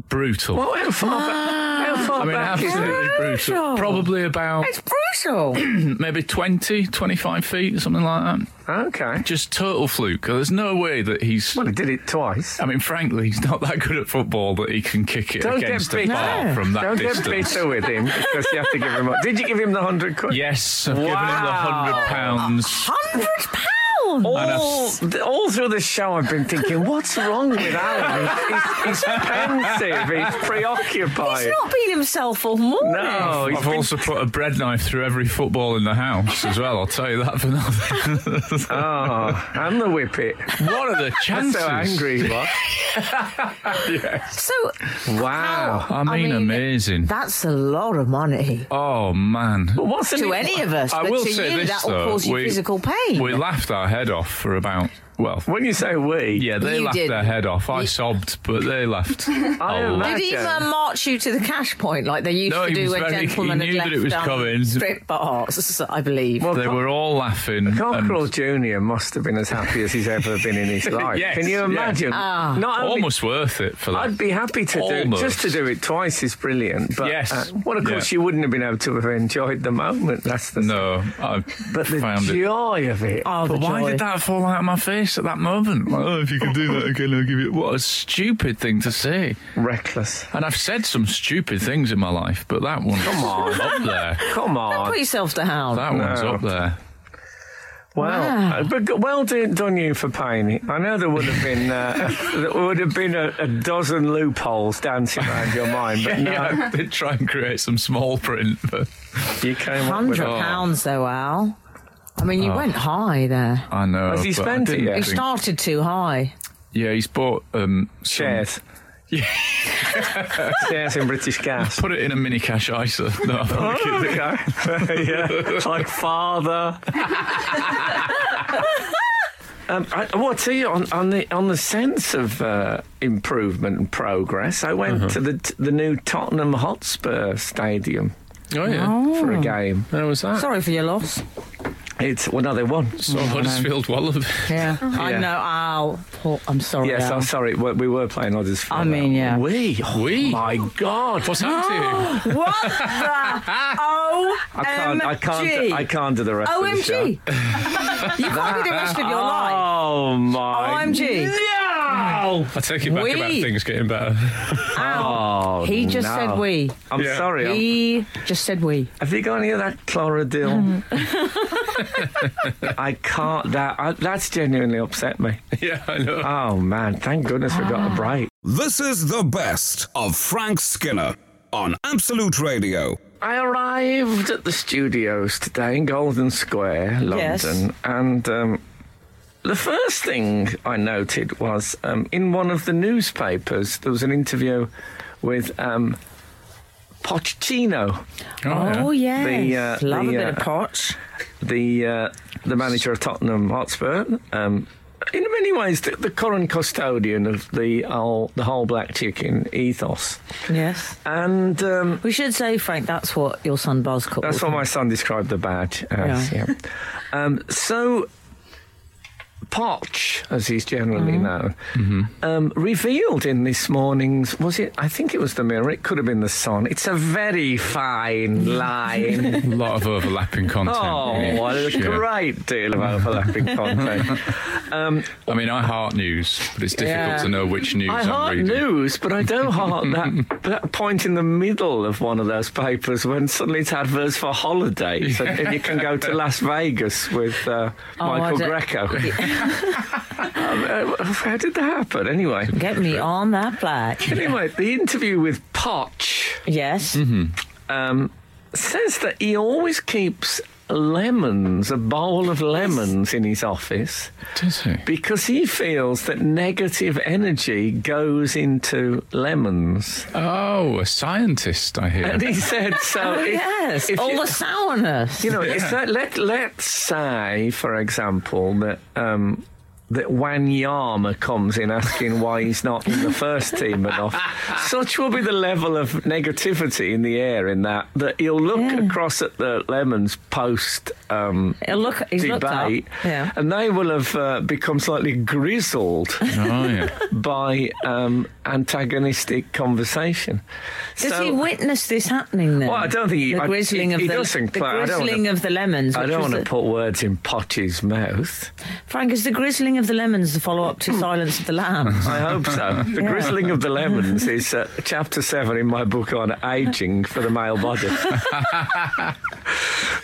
[SPEAKER 4] Brutal.
[SPEAKER 2] Well, how far back? How far
[SPEAKER 4] I mean,
[SPEAKER 2] back is it?
[SPEAKER 4] absolutely brutal.
[SPEAKER 3] Brutal.
[SPEAKER 4] Probably about
[SPEAKER 3] It's brutal.
[SPEAKER 4] maybe 20, 25 feet, something like that.
[SPEAKER 2] Okay.
[SPEAKER 4] Just total fluke. There's no way that he's.
[SPEAKER 2] Well, he did it twice.
[SPEAKER 4] I mean, frankly, he's not that good at football that he can kick it
[SPEAKER 2] Don't get
[SPEAKER 4] against a
[SPEAKER 2] beat-
[SPEAKER 4] bar
[SPEAKER 3] No.
[SPEAKER 4] from that
[SPEAKER 2] Don't
[SPEAKER 4] distance.
[SPEAKER 2] get bitter with him because you have to give him. Up. Did you give him the hundred quid?
[SPEAKER 4] Yes, I've given him the
[SPEAKER 2] Wow.
[SPEAKER 4] hundred pounds.
[SPEAKER 3] Hundred pounds.
[SPEAKER 2] All, th- all through the show, I've been thinking, what's wrong with Alan? He's, he's pensive. He's preoccupied.
[SPEAKER 3] He's not been himself all morning.
[SPEAKER 2] no, Oh, he's
[SPEAKER 4] I've
[SPEAKER 2] been,
[SPEAKER 4] also put a bread knife through every football in the house as well. I'll tell you that for nothing.
[SPEAKER 2] oh, and the whippet.
[SPEAKER 4] what are the
[SPEAKER 2] I'm
[SPEAKER 4] chances?
[SPEAKER 2] so angry. he was.
[SPEAKER 3] So
[SPEAKER 2] Wow.
[SPEAKER 4] I mean,
[SPEAKER 3] mean,
[SPEAKER 4] amazing.
[SPEAKER 3] that's a lot of money
[SPEAKER 4] oh man.
[SPEAKER 2] But what's
[SPEAKER 3] to
[SPEAKER 2] an-
[SPEAKER 3] any of us.
[SPEAKER 4] I
[SPEAKER 3] but
[SPEAKER 4] will
[SPEAKER 3] to
[SPEAKER 4] say
[SPEAKER 3] you,
[SPEAKER 4] this
[SPEAKER 3] that will
[SPEAKER 4] though,
[SPEAKER 3] cause you
[SPEAKER 4] we-
[SPEAKER 3] physical pain.
[SPEAKER 4] We laughed our head off for about well,
[SPEAKER 2] When you say we,
[SPEAKER 4] yeah, they
[SPEAKER 3] You
[SPEAKER 4] laughed
[SPEAKER 3] did.
[SPEAKER 4] their head off. I sobbed, but they laughed.
[SPEAKER 2] I
[SPEAKER 4] Oh,
[SPEAKER 2] imagine.
[SPEAKER 3] Did he even march you to the cash point like they used
[SPEAKER 4] No,
[SPEAKER 3] to
[SPEAKER 4] he
[SPEAKER 3] do
[SPEAKER 4] was
[SPEAKER 3] when
[SPEAKER 4] very-
[SPEAKER 3] gentlemen
[SPEAKER 4] he knew
[SPEAKER 3] had
[SPEAKER 4] that
[SPEAKER 3] left
[SPEAKER 4] it was
[SPEAKER 3] um,
[SPEAKER 4] coming.
[SPEAKER 3] strip bars, I believe.
[SPEAKER 2] Well,
[SPEAKER 4] they
[SPEAKER 2] Cock-
[SPEAKER 4] were all laughing. and-
[SPEAKER 2] Cockrell Junior must have been as happy as he's ever been in his life.
[SPEAKER 4] Yes,
[SPEAKER 2] Can you
[SPEAKER 4] yeah.
[SPEAKER 2] imagine?
[SPEAKER 3] Ah.
[SPEAKER 2] Not only-
[SPEAKER 4] almost worth it for that.
[SPEAKER 2] I'd be happy to do
[SPEAKER 4] Almost.
[SPEAKER 2] just to do it twice is brilliant. But
[SPEAKER 4] Yes.
[SPEAKER 2] uh, well, of course,
[SPEAKER 4] Yeah.
[SPEAKER 2] you wouldn't have been able to have enjoyed the moment. That's the
[SPEAKER 4] no, I
[SPEAKER 2] But the
[SPEAKER 4] found it.
[SPEAKER 2] joy of it.
[SPEAKER 3] oh, the
[SPEAKER 4] But why
[SPEAKER 3] joy.
[SPEAKER 4] did that fall out of my face at that moment? Like, oh, if you could do that again, I'll give you. What a stupid thing to say.
[SPEAKER 2] Reckless.
[SPEAKER 4] And I've said some stupid things in my life, but that one's Come on. up there.
[SPEAKER 2] Come on.
[SPEAKER 3] Put yourself down.
[SPEAKER 4] That one's
[SPEAKER 2] No.
[SPEAKER 4] up there.
[SPEAKER 2] Well,
[SPEAKER 3] Wow.
[SPEAKER 2] uh, but g- well done, done you for painting. I know there would have been uh, there would have been a, a dozen loopholes dancing around your mind, but no,
[SPEAKER 4] Yeah, I did try and create some small print, but
[SPEAKER 2] you came up with
[SPEAKER 3] Hundred
[SPEAKER 2] it.
[SPEAKER 3] pounds though, Al. I mean, you
[SPEAKER 4] Oh.
[SPEAKER 3] went high there.
[SPEAKER 4] I know.
[SPEAKER 2] Has he
[SPEAKER 4] but I
[SPEAKER 2] spent it
[SPEAKER 4] didn't
[SPEAKER 2] yet?
[SPEAKER 3] You
[SPEAKER 4] think-
[SPEAKER 3] started too high.
[SPEAKER 4] Yeah, he's bought um, some-
[SPEAKER 2] shares. shares in British Gas.
[SPEAKER 4] Put it in a mini cash ISA. No, I'm
[SPEAKER 2] Oh,
[SPEAKER 4] only kidding.
[SPEAKER 2] okay. yeah, like father. Um, I, well, I tell you on, on the on the sense of uh, improvement and progress, I went to the t- the new Tottenham Hotspur Stadium
[SPEAKER 4] Oh yeah.
[SPEAKER 2] for a game.
[SPEAKER 4] How was that?
[SPEAKER 3] Sorry for your loss.
[SPEAKER 2] It's well, no, they won.
[SPEAKER 4] So Huddersfield Wallaby.
[SPEAKER 3] Yeah, I
[SPEAKER 2] Yeah.
[SPEAKER 3] know, Al. Paul, I'm sorry.
[SPEAKER 2] Yes,
[SPEAKER 3] Al.
[SPEAKER 2] I'm sorry. We, we were playing Huddersfield.
[SPEAKER 3] I mean, yeah.
[SPEAKER 2] We, oh
[SPEAKER 4] We?
[SPEAKER 2] my God.
[SPEAKER 4] What's happened to you?
[SPEAKER 3] What the? Oh,
[SPEAKER 2] I can't. I can't. I can't do the rest of the show.
[SPEAKER 3] OMG. you can't do the rest of your life.
[SPEAKER 2] Oh my.
[SPEAKER 3] OMG.
[SPEAKER 2] No.
[SPEAKER 4] I take it back
[SPEAKER 3] We-
[SPEAKER 4] about things getting better.
[SPEAKER 2] Oh,
[SPEAKER 3] He just
[SPEAKER 2] no.
[SPEAKER 3] said we.
[SPEAKER 2] I'm
[SPEAKER 4] Yeah.
[SPEAKER 2] sorry. I'm-
[SPEAKER 3] He just said we.
[SPEAKER 2] Have you got any of that chlorodil? I can't. That I, that's genuinely upset me.
[SPEAKER 4] yeah, I know.
[SPEAKER 2] Oh man! Thank goodness we
[SPEAKER 3] Ah.
[SPEAKER 2] got a break.
[SPEAKER 1] This is the best of Frank Skinner on Absolute Radio.
[SPEAKER 2] I arrived at the studios today in Golden Square, London,
[SPEAKER 3] Yes.
[SPEAKER 2] and um, the first thing I noted was um, in one of the newspapers there was an interview with um, Pochettino,
[SPEAKER 3] Oh, yes.
[SPEAKER 2] The, uh,
[SPEAKER 3] Love
[SPEAKER 2] the,
[SPEAKER 3] a bit
[SPEAKER 2] uh,
[SPEAKER 3] of potch.
[SPEAKER 2] the uh, the manager of Tottenham Hotspur. Um, in many ways, the, the current custodian of the whole, the whole black chicken ethos,
[SPEAKER 3] Yes.
[SPEAKER 2] and um,
[SPEAKER 3] We should say, Frank, that's what your son Buzz called.
[SPEAKER 2] that's what my son described the badge as. Yeah. Um, so, Poch, as he's generally known, um, revealed in this morning's was it? I think it was the Mirror. It could have been the Sun. It's a very fine line.
[SPEAKER 4] A lot of overlapping content.
[SPEAKER 2] Oh,
[SPEAKER 4] Yeah,
[SPEAKER 2] a
[SPEAKER 4] sure.
[SPEAKER 2] great deal of overlapping content.
[SPEAKER 4] I mean, I heart news, but it's difficult
[SPEAKER 3] Yeah.
[SPEAKER 4] to know which news
[SPEAKER 2] I
[SPEAKER 4] am
[SPEAKER 2] heart
[SPEAKER 4] reading.
[SPEAKER 2] news, but I don't heart that, that point in the middle of one of those papers when suddenly it's adverts for holidays and, and you can go to Las Vegas with uh,
[SPEAKER 3] Oh, I
[SPEAKER 2] Michael
[SPEAKER 3] don't-
[SPEAKER 2] Greco. Um, uh, how did that happen? Anyway,
[SPEAKER 3] Get me on that black.
[SPEAKER 2] anyway, the interview with Potch
[SPEAKER 3] Yes.
[SPEAKER 2] um, says that he always keeps lemons, a bowl of lemons, in his office.
[SPEAKER 4] Does he?
[SPEAKER 2] Because he feels that negative energy goes into lemons.
[SPEAKER 4] Oh, a scientist, I hear.
[SPEAKER 2] And he said, so if,
[SPEAKER 3] Oh, Yes.
[SPEAKER 2] if
[SPEAKER 3] All
[SPEAKER 2] you,
[SPEAKER 3] the sourness.
[SPEAKER 2] you know, it's like, let, let's say, for example, that um, that Wanyama comes in asking why he's not in the first team enough. Such will be the level of negativity in the air in that that he'll look
[SPEAKER 3] Yeah.
[SPEAKER 2] across at the Lemons post um,
[SPEAKER 3] He'll look- he's looked up,
[SPEAKER 2] debate,
[SPEAKER 3] yeah.
[SPEAKER 2] and they will have uh, become slightly grizzled
[SPEAKER 4] Oh, yeah.
[SPEAKER 2] by um, antagonistic conversation.
[SPEAKER 3] Does
[SPEAKER 2] So-
[SPEAKER 3] he witness this happening then?
[SPEAKER 2] Well, I don't think he-
[SPEAKER 3] the
[SPEAKER 2] I-
[SPEAKER 3] grizzling
[SPEAKER 2] he-
[SPEAKER 3] of
[SPEAKER 2] he
[SPEAKER 3] the,
[SPEAKER 2] doesn't,
[SPEAKER 3] the
[SPEAKER 2] but I don't wanna-
[SPEAKER 3] grizzling of the lemons.
[SPEAKER 2] I
[SPEAKER 3] which
[SPEAKER 2] don't
[SPEAKER 3] was
[SPEAKER 2] want to
[SPEAKER 3] the-
[SPEAKER 2] put words in Potty's mouth.
[SPEAKER 3] Frank, is the grizzling of the lemons the follow up to Silence of the Lambs?
[SPEAKER 2] I hope so. The Grizzling of the Lemons is uh, chapter seven in my book on aging for the male body.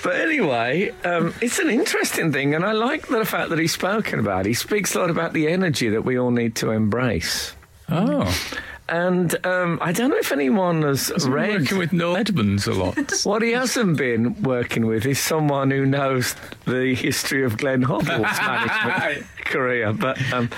[SPEAKER 2] but anyway, um, it's an interesting thing, and I like the fact that he's spoken about. it. He speaks a lot about the energy that we all need to embrace.
[SPEAKER 4] Oh.
[SPEAKER 2] And um, I don't know if anyone has
[SPEAKER 4] He's been
[SPEAKER 2] read.
[SPEAKER 4] Working with Noel Edmonds a lot.
[SPEAKER 2] What he hasn't been working with is someone who knows the history of Glenn Hoddle's management career. But, um,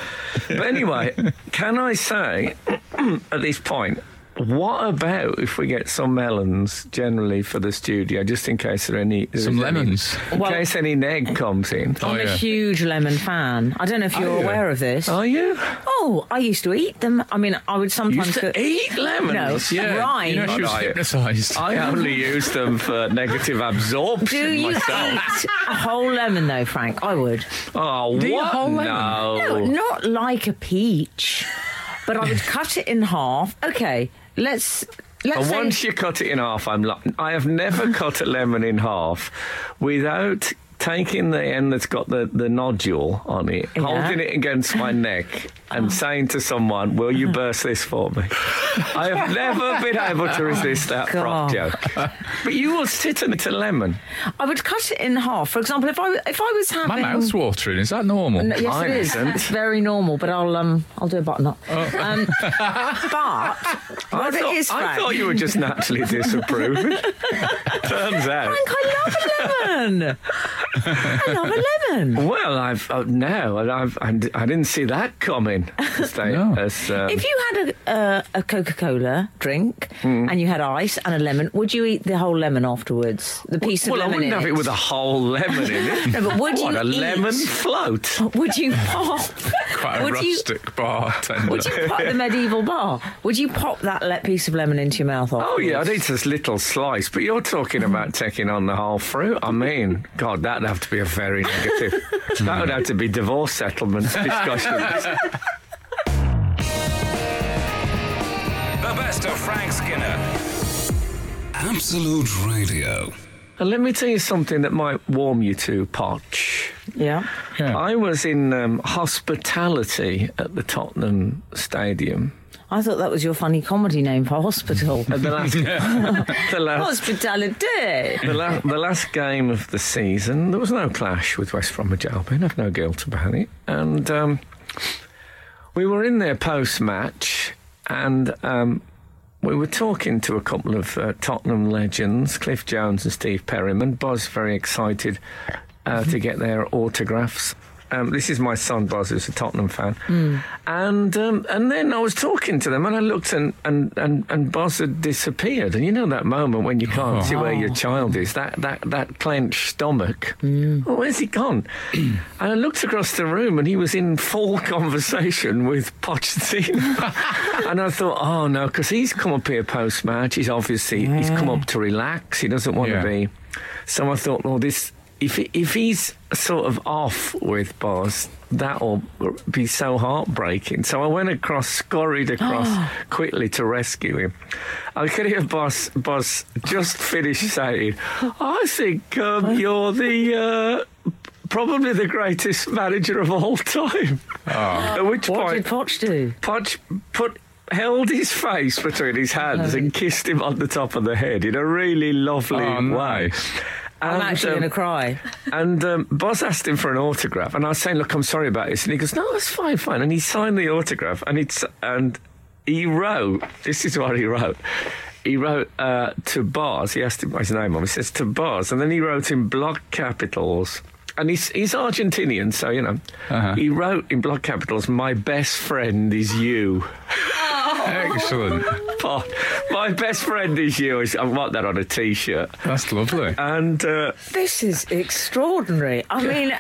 [SPEAKER 2] but anyway, can I say at this point, what about if we get some melons generally for the studio, just in case there are any there's any-
[SPEAKER 4] Some lemons.
[SPEAKER 2] in
[SPEAKER 3] Well-
[SPEAKER 2] case any neg comes in.
[SPEAKER 4] Oh,
[SPEAKER 3] I'm a
[SPEAKER 4] yeah.
[SPEAKER 3] huge lemon fan. I don't
[SPEAKER 2] Oh,
[SPEAKER 3] know if you're
[SPEAKER 4] you?
[SPEAKER 3] aware of this.
[SPEAKER 2] Are you?
[SPEAKER 3] Oh, I used to eat them. I mean, I would
[SPEAKER 2] You
[SPEAKER 3] sometimes
[SPEAKER 2] used to
[SPEAKER 3] cook-
[SPEAKER 2] eat lemons.
[SPEAKER 3] No.
[SPEAKER 4] Yeah.
[SPEAKER 3] Right.
[SPEAKER 4] You know, she was
[SPEAKER 2] Right.
[SPEAKER 4] hypnotised.
[SPEAKER 2] I only use them for negative absorption
[SPEAKER 3] Do you
[SPEAKER 2] myself.
[SPEAKER 3] eat a whole lemon though, Frank? I would.
[SPEAKER 2] Oh,
[SPEAKER 4] Do you
[SPEAKER 2] what?
[SPEAKER 4] whole lemon?
[SPEAKER 2] No.
[SPEAKER 3] No, not like a peach, but I would cut it in half. Okay, let's let's
[SPEAKER 2] And
[SPEAKER 3] say-
[SPEAKER 2] once you cut it in half, I'm like, I have never cut a lemon in half without taking the end that's got the, the nodule on it,
[SPEAKER 3] Yeah. Oh.
[SPEAKER 2] holding it against my neck, and saying to someone, Will you burst this for me? I have never been able to resist that prop
[SPEAKER 3] God.
[SPEAKER 2] joke. But you will sit and eat a lemon.
[SPEAKER 3] I would cut it in half. For example, if I if I was
[SPEAKER 4] My
[SPEAKER 3] having
[SPEAKER 4] mouth's watering. Is that normal?
[SPEAKER 3] No, yes,
[SPEAKER 2] Mine
[SPEAKER 3] it is.
[SPEAKER 2] isn't. Oh.
[SPEAKER 3] It's very normal, but I'll um I'll do a button up. Um, but what
[SPEAKER 2] I, thought,
[SPEAKER 3] it Oh, is, Frank.
[SPEAKER 2] I thought you were just naturally disapproving. Turns out.
[SPEAKER 3] Frank, I love a lemon. I love a lemon.
[SPEAKER 2] Well, I've uh, no, and I've, I'm, I didn't see that coming. As they-
[SPEAKER 4] No.
[SPEAKER 2] as, um,
[SPEAKER 3] If you had a uh, a Coca Cola drink
[SPEAKER 2] Hmm.
[SPEAKER 3] and you had ice and a lemon, would you eat the whole lemon afterwards? The piece
[SPEAKER 2] well,
[SPEAKER 3] of
[SPEAKER 2] I
[SPEAKER 3] lemon.
[SPEAKER 2] wouldn't
[SPEAKER 3] in
[SPEAKER 2] have it with a whole lemon in it.
[SPEAKER 3] No, but would
[SPEAKER 2] what
[SPEAKER 3] you
[SPEAKER 2] a
[SPEAKER 3] eat-
[SPEAKER 2] lemon float!
[SPEAKER 3] Would you pop?
[SPEAKER 4] Quite a
[SPEAKER 3] would you-
[SPEAKER 4] rustic bartender.
[SPEAKER 3] Would you pop the medieval bar? Would you pop that le- piece of lemon into your mouth?
[SPEAKER 2] Oh yeah, I
[SPEAKER 3] afterwards?
[SPEAKER 2] need this little slice. But you're talking about taking on the whole fruit. I mean, God, that'd have to be a very negative. that would have to be divorce settlements discussions.
[SPEAKER 1] The best of Frank Skinner. Absolute Radio.
[SPEAKER 2] and let me tell you something that might warm you to, Potch.
[SPEAKER 3] Yeah.
[SPEAKER 4] Yeah.
[SPEAKER 2] I was in um, hospitality at the Tottenham Stadium.
[SPEAKER 3] I thought that was your funny comedy name for hospital.
[SPEAKER 2] At the last, the last
[SPEAKER 3] Hospitality.
[SPEAKER 2] the, la- the last game of the season, there was no clash with West Bromwich Albion. I've no guilt about it. And um, we were in there post match, and um, we were talking to a couple of uh, Tottenham legends, Cliff Jones and Steve Perryman. Buzz very excited uh, to get their autographs. Um, this is my son Buzz, who's a Tottenham fan, and um, and then I was talking to them, and I looked, and and and, and Buzz had disappeared. And you know that moment when you can't see where your child is, that that that clenched stomach. Oh, where's he gone? and I looked across the room, and he was in full conversation with Pochettino, and I thought, oh no, because he's come up here post match. He's obviously he's come up to relax. He doesn't want
[SPEAKER 4] Yeah.
[SPEAKER 2] to be. So I thought, well, this if he- if he's sort of off with Boz, that'll be so heartbreaking. So I went across, scurried across quickly to rescue him. I could hear Boz Boz just finished saying, "I think um, you're the." Uh, Probably the greatest manager of all time. At which
[SPEAKER 3] What
[SPEAKER 2] point,
[SPEAKER 3] did Potch do?
[SPEAKER 2] Podge put held his face between his hands and kissed him on the top of the head in a really lovely
[SPEAKER 4] Oh,
[SPEAKER 2] way.
[SPEAKER 4] nice.
[SPEAKER 3] I'm
[SPEAKER 2] And,
[SPEAKER 3] actually
[SPEAKER 2] um,
[SPEAKER 3] going to cry.
[SPEAKER 2] and um, Boz asked him for an autograph, and I was saying, "Look, I'm sorry about this," and he goes, "No, it's fine, fine." And he signed the autograph, and it's and he wrote, "This is what he wrote." He wrote uh, to Boz. He asked him what his name was. He says to Boz, and then he wrote in block capitals. And he's, he's Argentinian, so you know.
[SPEAKER 4] Uh-huh.
[SPEAKER 2] He wrote in block capitals, "My best friend is you."
[SPEAKER 4] Excellent.
[SPEAKER 2] Pod. My best friend is you. I want that on a t-shirt.
[SPEAKER 4] That's lovely.
[SPEAKER 2] And uh,
[SPEAKER 3] This is extraordinary. I mean,
[SPEAKER 2] I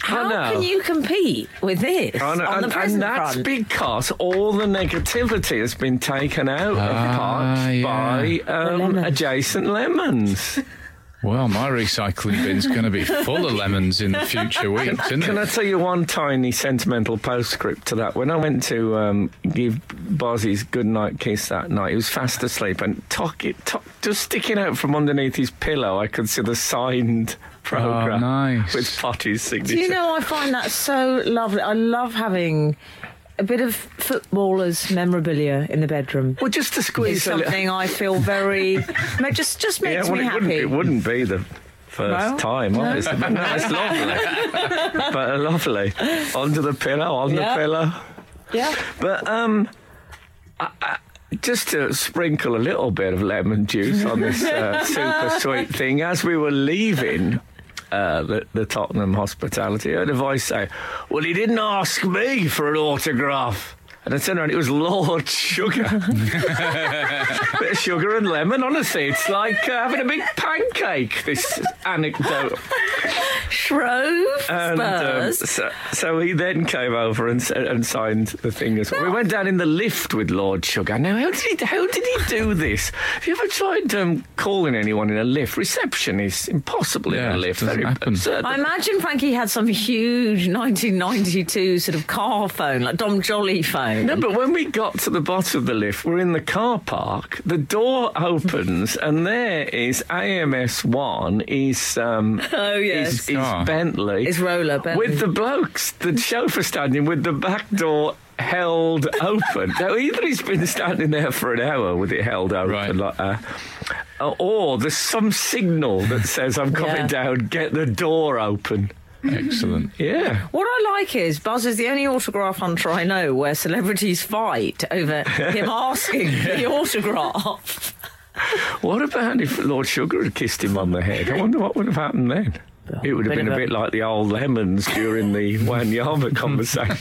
[SPEAKER 3] How
[SPEAKER 2] know.
[SPEAKER 3] can you compete with this
[SPEAKER 2] I know,
[SPEAKER 3] on
[SPEAKER 2] and,
[SPEAKER 3] the
[SPEAKER 2] and
[SPEAKER 3] present
[SPEAKER 2] that's
[SPEAKER 3] front?
[SPEAKER 2] because all the negativity has been taken out of
[SPEAKER 4] Ah,
[SPEAKER 2] parks
[SPEAKER 4] yeah.
[SPEAKER 2] by um,
[SPEAKER 7] lemons.
[SPEAKER 2] adjacent lemons.
[SPEAKER 4] Well, my recycling bin's going to be full of lemons in the future weeks, isn't
[SPEAKER 2] Can I
[SPEAKER 4] it?
[SPEAKER 2] tell you one tiny sentimental postscript to that? When I went to um, give Bozzy's goodnight kiss that night, he was fast asleep and tuck it, tuck, just sticking out from underneath his pillow, I could see the signed program
[SPEAKER 4] Oh, nice.
[SPEAKER 2] with Potty's signature.
[SPEAKER 3] Do you know, I find that so lovely. I love having a bit of footballers' memorabilia in the bedroom.
[SPEAKER 2] well, just to
[SPEAKER 3] Is
[SPEAKER 2] squeeze a little.
[SPEAKER 3] something I feel very. it just just
[SPEAKER 2] Yeah,
[SPEAKER 3] makes
[SPEAKER 2] well,
[SPEAKER 3] me
[SPEAKER 2] it
[SPEAKER 3] happy.
[SPEAKER 2] wouldn't, it wouldn't be the first
[SPEAKER 3] No?
[SPEAKER 2] time, obviously. But no, it's lovely. but uh, lovely. Under the pillow, on
[SPEAKER 3] Yeah.
[SPEAKER 2] the pillow.
[SPEAKER 3] Yeah.
[SPEAKER 2] But um, I, I, just to sprinkle a little bit of lemon juice on this uh, super sweet thing, as we were leaving. Uh, the, the Tottenham hospitality. I heard a voice say, Well, he didn't ask me for an autograph. And I turned around, it was Lord Sugar. bit of sugar and lemon, honestly. It's like uh, having a big pancake, this anecdote.
[SPEAKER 3] Shrove
[SPEAKER 2] And um,
[SPEAKER 3] Spurs.
[SPEAKER 2] so, so he then came over and, s- and signed the thing as well. We went down in the lift with Lord Sugar. Now, how did he, how did he do this? Have you ever tried um, calling anyone in a lift? Reception is impossible in a
[SPEAKER 4] Yeah,
[SPEAKER 2] lift.
[SPEAKER 4] doesn't happen.
[SPEAKER 2] absurd.
[SPEAKER 3] I imagine Frankie had some huge 1992 sort of car phone, like Dom Jolly phone.
[SPEAKER 2] No, but when we got to the bottom of the lift, we're in the car park. The door opens, and there is AMS One. Is um,
[SPEAKER 3] Oh, yes.
[SPEAKER 2] is, is
[SPEAKER 4] Oh.
[SPEAKER 2] Bentley?
[SPEAKER 3] Is Roller Bentley.
[SPEAKER 2] with the blokes, the chauffeur standing with the back door held open. now either he's been standing there for an hour with it held open,
[SPEAKER 4] Right.
[SPEAKER 2] like that. uh, Or there's some signal that says, I'm coming
[SPEAKER 3] Yeah.
[SPEAKER 2] down, get the door open.
[SPEAKER 4] Excellent.
[SPEAKER 2] Yeah.
[SPEAKER 3] What I like is Buzz is the only autograph hunter I know where celebrities fight over him asking for the autograph.
[SPEAKER 2] What about if Lord Sugar had kissed him on the head? I wonder what would have happened then. It would have
[SPEAKER 3] Bit
[SPEAKER 2] been
[SPEAKER 3] of
[SPEAKER 2] a
[SPEAKER 3] a-
[SPEAKER 2] bit like the old lemons during the Wanyama conversation.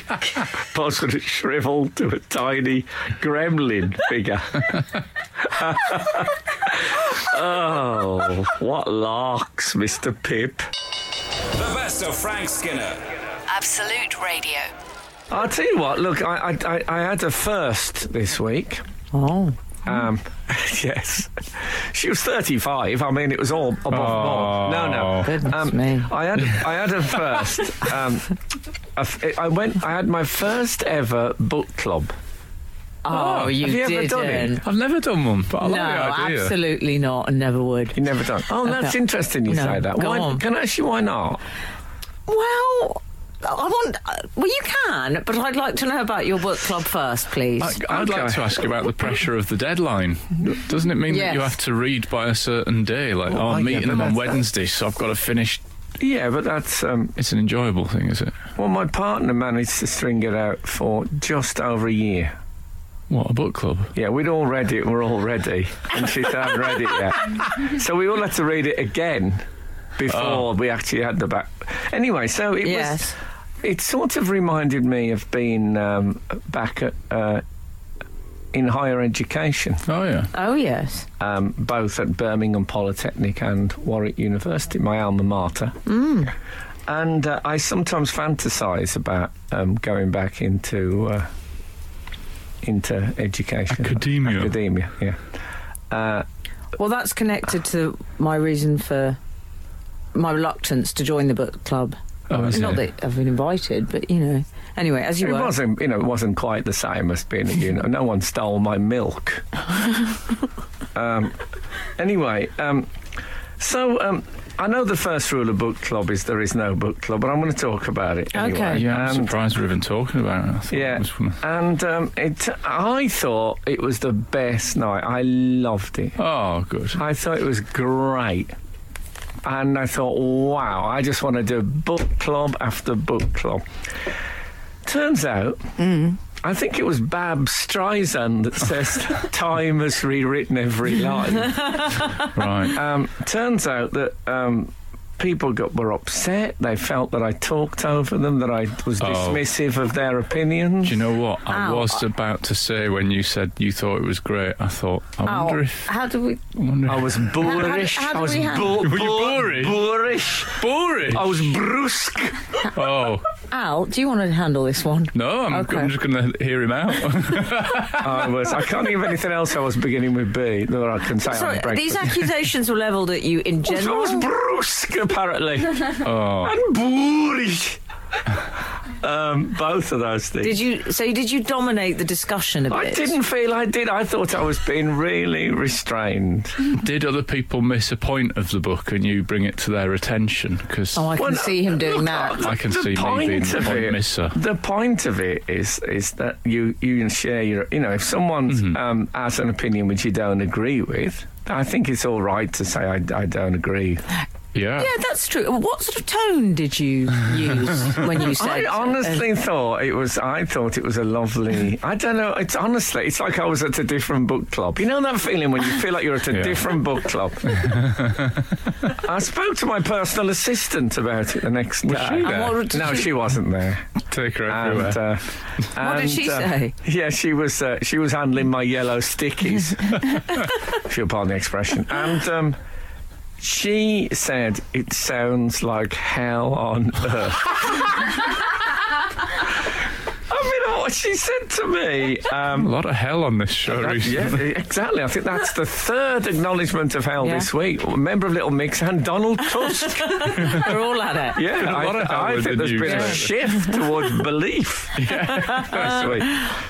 [SPEAKER 2] Boss would have shriveled to a tiny gremlin figure. oh, what larks, Mr. Pip.
[SPEAKER 1] The best of Frank Skinner.
[SPEAKER 5] Absolute Radio.
[SPEAKER 2] I'll tell you what, look, I, I, I- I had a first this week.
[SPEAKER 3] Oh.
[SPEAKER 2] Um, yes. She was 35. I mean, it was all above board. No, no. Um,
[SPEAKER 4] Oh.
[SPEAKER 3] Goodness me.
[SPEAKER 2] I had I had a first. Um, a f- I went. I had my first ever book club.
[SPEAKER 3] Oh, you
[SPEAKER 2] have you ever
[SPEAKER 3] didn't.
[SPEAKER 2] done it?
[SPEAKER 4] I've never done one, but I
[SPEAKER 3] No,
[SPEAKER 4] like the idea.
[SPEAKER 3] absolutely not, and never would.
[SPEAKER 2] You never done. Oh, that's
[SPEAKER 3] Okay.
[SPEAKER 2] interesting. You
[SPEAKER 3] No,
[SPEAKER 2] say that.
[SPEAKER 3] go
[SPEAKER 2] why,
[SPEAKER 3] on.
[SPEAKER 2] Can I ask you why not?
[SPEAKER 3] Well, I want. uh, Well, you can, but I'd like to know about your book club first, please.
[SPEAKER 4] I, I'd
[SPEAKER 2] Okay.
[SPEAKER 4] like to ask about the pressure of the deadline. Doesn't it mean that you
[SPEAKER 3] Yes.
[SPEAKER 4] have to read by a certain day? Like, oh,
[SPEAKER 2] yeah,
[SPEAKER 4] I'm meeting
[SPEAKER 2] but
[SPEAKER 4] them on
[SPEAKER 2] that's-
[SPEAKER 4] Wednesday, so I've got to finish.
[SPEAKER 2] Yeah, but that's um,
[SPEAKER 4] It's an enjoyable thing, is it?
[SPEAKER 2] well. My partner managed to string it out for just over a year.
[SPEAKER 4] What, a book club?
[SPEAKER 2] Yeah, we'd all read it. We're all ready, and she hadn't read it yet. So we all had to read it again before we actually had the back. Anyway, so it was.
[SPEAKER 3] yes.
[SPEAKER 2] It sort of reminded me of being um, back at, uh, in higher education,
[SPEAKER 4] Oh, yeah.
[SPEAKER 3] Oh, yes.
[SPEAKER 2] um, both at Birmingham Polytechnic and Warwick University, my alma mater. And uh, I sometimes fantasise about um, going back into uh, into education,
[SPEAKER 4] Academia.
[SPEAKER 2] academia, yeah. Uh,
[SPEAKER 3] Well, that's connected to my reason for my reluctance to join the book club.
[SPEAKER 4] Oh, is
[SPEAKER 3] Not
[SPEAKER 4] it?
[SPEAKER 3] that I've been invited, but you know. Anyway, as you
[SPEAKER 2] it
[SPEAKER 3] were.
[SPEAKER 2] wasn't, you know, it wasn't quite the same as being at uni. No one stole my milk. um, anyway, um, so um, I know the first rule of book club is there is no book club, but I'm going to talk about it anyway.
[SPEAKER 3] Okay.
[SPEAKER 4] Yeah, I'm
[SPEAKER 2] And,
[SPEAKER 4] surprised we're even talking about it. I thought it
[SPEAKER 2] yeah,
[SPEAKER 4] was fun.
[SPEAKER 2] and um, it, I thought it was the best night. I loved it.
[SPEAKER 4] Oh, good.
[SPEAKER 2] I thought it was great. And I thought, wow, I just want to do book club after book club. Turns out,
[SPEAKER 3] Mm.
[SPEAKER 2] I think it was Bab Streisand that says, Time has rewritten every line.
[SPEAKER 4] Right.
[SPEAKER 2] Um, turns out that um, people got were upset. They felt that I talked over them, that I was dismissive of their opinions.
[SPEAKER 4] Oh. Do you know what? I
[SPEAKER 3] Ow.
[SPEAKER 4] was about to say when you said you thought it was great. I thought, I wonder
[SPEAKER 3] Ow.
[SPEAKER 4] if.
[SPEAKER 3] How do we?
[SPEAKER 4] I wonder
[SPEAKER 2] I
[SPEAKER 4] if-
[SPEAKER 2] was boorish.
[SPEAKER 3] how do
[SPEAKER 2] I was
[SPEAKER 3] we have-
[SPEAKER 2] bo-
[SPEAKER 4] Were you
[SPEAKER 2] bo-
[SPEAKER 4] boorish?
[SPEAKER 2] boorish.
[SPEAKER 4] boring.
[SPEAKER 2] I was brusque.
[SPEAKER 4] Oh,
[SPEAKER 3] Al, do you want to handle this one?
[SPEAKER 4] no, I'm,
[SPEAKER 3] Okay.
[SPEAKER 4] I'm just going to hear him out.
[SPEAKER 2] I was. I can't think of anything else. I was beginning with B that I can say on
[SPEAKER 3] Sorry,
[SPEAKER 2] the breakfast.
[SPEAKER 3] these accusations were levelled at you in
[SPEAKER 2] I
[SPEAKER 3] general.
[SPEAKER 2] was brusque, apparently,
[SPEAKER 4] oh,
[SPEAKER 2] and boorish. Um, both of those things.
[SPEAKER 3] Did you? So did you dominate the discussion a bit?
[SPEAKER 2] I didn't feel I did. I thought I was being really restrained.
[SPEAKER 4] did other people miss a point of the book and you bring it to their attention? Because
[SPEAKER 3] Oh, I can
[SPEAKER 2] Well,
[SPEAKER 3] see him doing that.
[SPEAKER 4] I can
[SPEAKER 2] the
[SPEAKER 4] see me
[SPEAKER 2] point
[SPEAKER 4] being the
[SPEAKER 2] of
[SPEAKER 4] point
[SPEAKER 2] it-
[SPEAKER 4] misser.
[SPEAKER 2] The point of it is is that you you can share your you know if someone
[SPEAKER 4] Mm-hmm.
[SPEAKER 2] um, has an opinion which you don't agree with, I think it's all right to say I, I don't agree.
[SPEAKER 4] yeah.
[SPEAKER 3] Yeah, that's true. What sort of tone did you use when you said? uh,
[SPEAKER 2] I honestly thought it was. I thought it was a lovely. I don't know. It's honestly, it's like I was at a different book club. You know that feeling when you feel like you're at a
[SPEAKER 4] Yeah.
[SPEAKER 2] different book club. I spoke to my personal assistant about it the next day.
[SPEAKER 4] she there? And
[SPEAKER 3] what did
[SPEAKER 2] no,
[SPEAKER 3] she-
[SPEAKER 2] she wasn't there.
[SPEAKER 4] Take her everywhere.
[SPEAKER 2] And, uh,
[SPEAKER 3] What did she say?
[SPEAKER 2] Yeah, she was uh, she was handling my yellow stickies, if you'll pardon the expression. And um, she said, "It sounds like hell on earth." I mean, what she said to me.
[SPEAKER 4] a
[SPEAKER 2] Um,
[SPEAKER 4] lot of hell on this show
[SPEAKER 2] that- yeah,
[SPEAKER 4] recently.
[SPEAKER 2] exactly. I think that's the third acknowledgement of hell
[SPEAKER 3] Yeah.
[SPEAKER 2] this week. A member of Little Mix and Donald Tusk.
[SPEAKER 3] uh, we're all at it.
[SPEAKER 2] Yeah,
[SPEAKER 4] Been a lot
[SPEAKER 2] I,
[SPEAKER 4] of hell
[SPEAKER 2] I
[SPEAKER 4] with
[SPEAKER 2] think
[SPEAKER 4] the
[SPEAKER 2] there's
[SPEAKER 4] news
[SPEAKER 2] been a
[SPEAKER 4] lately.
[SPEAKER 2] shift towards belief. That's sweet.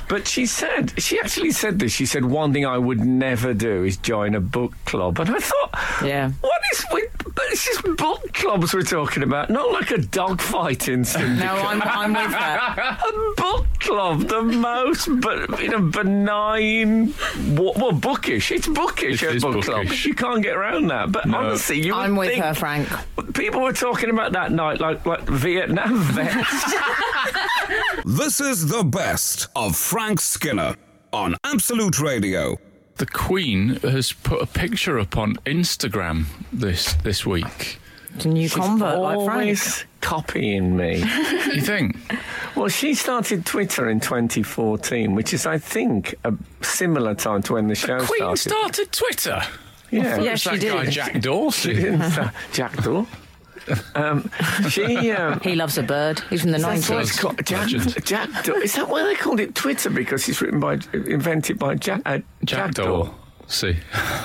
[SPEAKER 2] But she said, she actually said this. She said, one thing I would never do is join a book club. And I thought,
[SPEAKER 3] Yeah.
[SPEAKER 2] what is with this is book clubs we're talking about, not like a dogfighting syndicate.
[SPEAKER 3] No, I'm, I'm with that.
[SPEAKER 2] A book club, the most but you know benign, wa- well bookish. It's bookish
[SPEAKER 4] It
[SPEAKER 2] at
[SPEAKER 4] is
[SPEAKER 2] book club.
[SPEAKER 4] bookish.
[SPEAKER 2] You can't get around that. But honestly, you would
[SPEAKER 3] I'm with
[SPEAKER 2] think
[SPEAKER 3] her, Frank.
[SPEAKER 2] people were talking about that night like like Vietnam vets.
[SPEAKER 1] This is the best of Frank Skinner on Absolute Radio.
[SPEAKER 4] The Queen has put a picture up on Instagram this this week.
[SPEAKER 3] It's a new convert like Frank.
[SPEAKER 2] Always copying me.
[SPEAKER 4] You think?
[SPEAKER 2] well, she started Twitter in 2014, which is, I think, a similar time to when the show
[SPEAKER 4] Queen
[SPEAKER 2] started.
[SPEAKER 4] started Twitter.
[SPEAKER 2] yeah,
[SPEAKER 3] Yeah,
[SPEAKER 4] It's
[SPEAKER 3] she
[SPEAKER 4] that
[SPEAKER 3] did.
[SPEAKER 4] guy Jack Dorsey.
[SPEAKER 2] didn't start- Jackdaw. Um, she. Um,
[SPEAKER 3] He loves a bird. He's from the
[SPEAKER 2] that's what
[SPEAKER 3] 90s.
[SPEAKER 2] it's called. Jack,
[SPEAKER 4] Legend.
[SPEAKER 2] Jackdaw. Is that why they called it Twitter? Because it's written by, invented by Jack, uh,
[SPEAKER 4] Jack
[SPEAKER 2] Jackdaw.
[SPEAKER 4] Dorsey.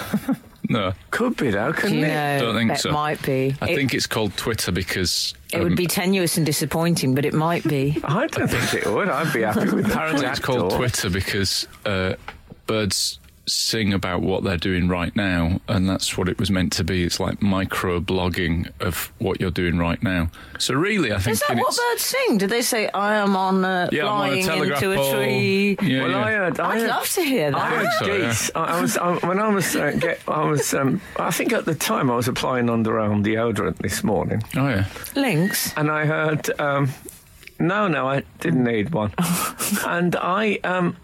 [SPEAKER 4] no,
[SPEAKER 2] Could be though,
[SPEAKER 3] Do
[SPEAKER 2] couldn't
[SPEAKER 3] you
[SPEAKER 2] it?
[SPEAKER 3] know?
[SPEAKER 4] don't think
[SPEAKER 3] it
[SPEAKER 4] so.
[SPEAKER 3] might be.
[SPEAKER 4] I
[SPEAKER 3] it,
[SPEAKER 4] think it's called Twitter because
[SPEAKER 3] it would
[SPEAKER 4] um,
[SPEAKER 3] be tenuous and disappointing, but it might be.
[SPEAKER 2] I don't think it would. I'd be happy with that.
[SPEAKER 4] Apparently, it's called
[SPEAKER 2] Jackdaw.
[SPEAKER 4] Twitter because uh, birds sing about what they're doing right now, and that's what it was meant to be. It's like micro blogging of what you're doing right now. So, really, I think
[SPEAKER 3] Is that
[SPEAKER 4] in
[SPEAKER 3] what
[SPEAKER 4] its-
[SPEAKER 3] birds sing? Do they say, I am on uh,
[SPEAKER 4] yeah, I'm on a
[SPEAKER 3] flying
[SPEAKER 4] telegraph
[SPEAKER 3] into a
[SPEAKER 4] pole.
[SPEAKER 3] tree?
[SPEAKER 4] Yeah,
[SPEAKER 2] Well,
[SPEAKER 4] yeah.
[SPEAKER 2] I heard. I
[SPEAKER 3] I'd
[SPEAKER 2] heard-
[SPEAKER 3] love to hear
[SPEAKER 2] I
[SPEAKER 3] that.
[SPEAKER 2] was
[SPEAKER 4] so, yeah.
[SPEAKER 2] geese. I, I was I, when I was uh, get, I was um, I think at the time I was applying underarm deodorant this morning,
[SPEAKER 4] oh yeah,
[SPEAKER 3] Lynx.
[SPEAKER 2] and I heard um, no, no, I didn't need one, and I um,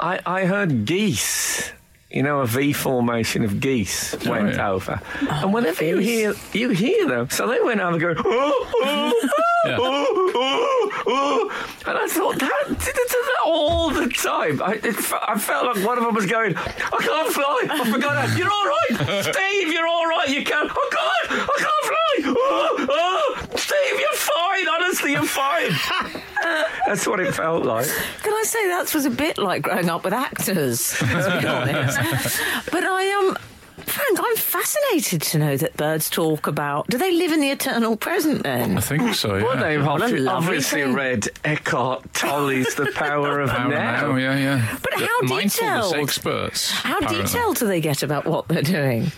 [SPEAKER 2] I, I heard geese. You know, a V formation of geese went
[SPEAKER 4] Oh, yeah.
[SPEAKER 2] over, and whenever you hear you hear them, so they went over going. Oh, oh,
[SPEAKER 4] Yeah.
[SPEAKER 2] oh, oh, oh. And I thought that did it to that all the time. I, it, fe- I felt like one of them was going, I can't fly. I forgot that. You're all right, Steve. You're all right. You can. I can't. I can't fly. Oh, oh, Steve, you're fine. Honestly, you're fine. That's what it felt like.
[SPEAKER 3] Can I say that was a bit like growing up with actors, to be honest? but I am. Um, Frank, I'm fascinated to know that birds talk about. Do they live in the eternal present
[SPEAKER 4] I
[SPEAKER 3] then?
[SPEAKER 4] think so. Yeah.
[SPEAKER 2] Well, they've
[SPEAKER 3] What a
[SPEAKER 2] obvi-
[SPEAKER 3] lovely
[SPEAKER 2] obviously
[SPEAKER 3] thing.
[SPEAKER 2] read Eckhart Tolle's "The Power of
[SPEAKER 4] Power
[SPEAKER 2] Now."
[SPEAKER 4] now, yeah, yeah.
[SPEAKER 3] But
[SPEAKER 4] The
[SPEAKER 3] how
[SPEAKER 4] mindfulness
[SPEAKER 3] detailed?
[SPEAKER 4] experts.
[SPEAKER 3] How
[SPEAKER 4] apparently.
[SPEAKER 3] detailed do they get about what they're doing?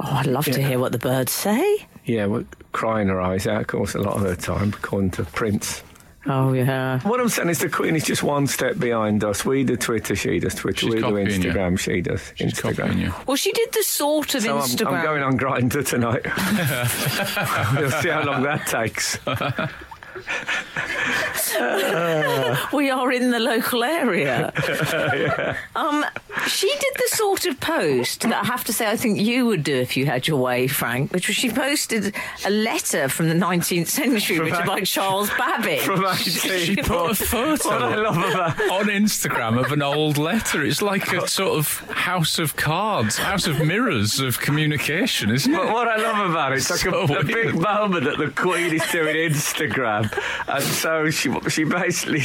[SPEAKER 3] Oh, I'd love to hear what the birds say.
[SPEAKER 2] Yeah, we're crying her eyes out, of course, a lot of the time, according to Prince.
[SPEAKER 3] Oh, yeah.
[SPEAKER 2] What I'm saying is the Queen is just one step behind us. We do Twitter, she does Twitter.
[SPEAKER 4] She's
[SPEAKER 2] we do
[SPEAKER 4] copying you.
[SPEAKER 2] Instagram, she does
[SPEAKER 4] She's copying
[SPEAKER 2] Instagram.
[SPEAKER 4] you.
[SPEAKER 3] Well, she did the sort of
[SPEAKER 2] So I'm,
[SPEAKER 3] Instagram.
[SPEAKER 2] I'm going on Grinder tonight. We'll see how long that takes.
[SPEAKER 3] we are in the local area. um, She did the sort of post that I have to say I think you would do if you had your way, Frank, which was she posted a letter from the 19th century written by Charles Babbage.
[SPEAKER 4] She put a photo on Instagram of an old letter. It's like a sort of house of cards, house of mirrors of communication, isn't
[SPEAKER 2] But
[SPEAKER 4] it?
[SPEAKER 2] what I love about it, it's like
[SPEAKER 4] So
[SPEAKER 2] a, a big
[SPEAKER 4] weird.
[SPEAKER 2] moment that the Queen is doing Instagram, and so she she basically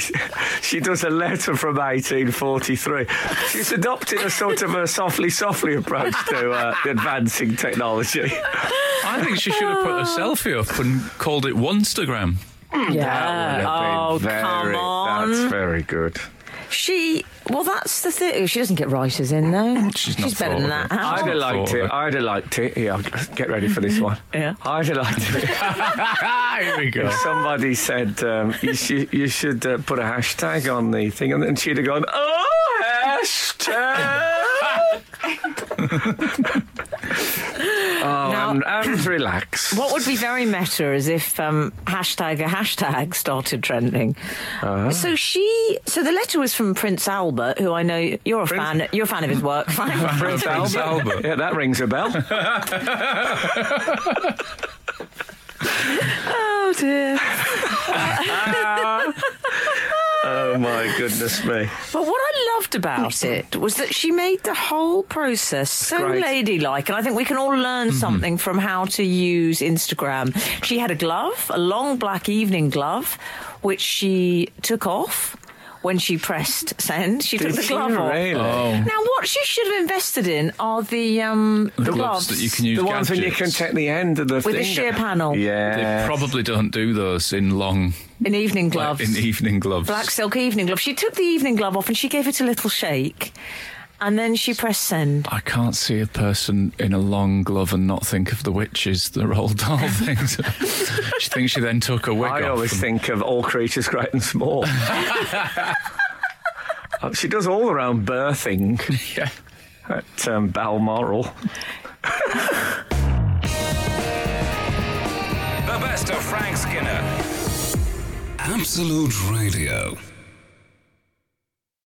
[SPEAKER 2] she does a letter from 1843. She's adopted a sort of a softly softly approach to uh, advancing technology.
[SPEAKER 4] I think she should have put a selfie up and called it Onstagram.
[SPEAKER 3] Yeah. Oh, come on.
[SPEAKER 2] That's very good.
[SPEAKER 3] She, well, that's the thing. She doesn't get writers in, though.
[SPEAKER 4] She's not
[SPEAKER 3] better than
[SPEAKER 4] thought of
[SPEAKER 3] that.
[SPEAKER 4] it.
[SPEAKER 3] Al.
[SPEAKER 2] I'd have liked
[SPEAKER 4] Sort
[SPEAKER 2] it.
[SPEAKER 4] of.
[SPEAKER 2] I'd have liked it. Yeah, get ready for this one.
[SPEAKER 3] Yeah.
[SPEAKER 2] I'd have liked it.
[SPEAKER 4] Here we go.
[SPEAKER 2] If somebody said um, you, should, you should uh, put a hashtag on the thing, and then she'd have gone, "Oh, hashtag." oh, and, and relax.
[SPEAKER 3] What would be very meta is if um, hashtag a hashtag started trending. So she, so the letter was from Prince Albert, who I know you're a fan. You're a fan of his work. Frank.
[SPEAKER 2] Prince
[SPEAKER 4] Prince Albert.
[SPEAKER 2] Yeah, that rings a bell.
[SPEAKER 3] oh dear.
[SPEAKER 2] oh my goodness me!
[SPEAKER 3] But what I loved about it was that she made the whole process so
[SPEAKER 2] great.
[SPEAKER 3] ladylike, and I think we can all learn something from how to use Instagram. She had a glove, a long black evening glove, which she took off when she pressed send. She took the glove off.
[SPEAKER 2] really?
[SPEAKER 4] Oh,
[SPEAKER 3] Now, what she should have invested in are the um, the
[SPEAKER 4] The
[SPEAKER 3] gloves
[SPEAKER 4] gloves that you can use
[SPEAKER 2] the ones when you can
[SPEAKER 4] gadgets.
[SPEAKER 2] take the end of the
[SPEAKER 3] with a
[SPEAKER 2] finger.
[SPEAKER 3] sheer panel,
[SPEAKER 4] They
[SPEAKER 2] Yeah.
[SPEAKER 4] probably don't do those in long,
[SPEAKER 3] an evening
[SPEAKER 4] like,
[SPEAKER 3] gloves,
[SPEAKER 4] in evening gloves.
[SPEAKER 3] black silk evening glove. She took the evening glove off and she gave it a little shake, and then she pressed send.
[SPEAKER 4] I can't see a person in a long glove and not think of the witches, the Roald Dahl things. she thinks she then took a wig
[SPEAKER 2] I
[SPEAKER 4] off.
[SPEAKER 2] always
[SPEAKER 4] and-
[SPEAKER 2] think of all creatures great and small. Uh, she does all her own birthing
[SPEAKER 4] Yeah.
[SPEAKER 2] at um, Balmoral.
[SPEAKER 1] The best of Frank Skinner. Absolute Radio.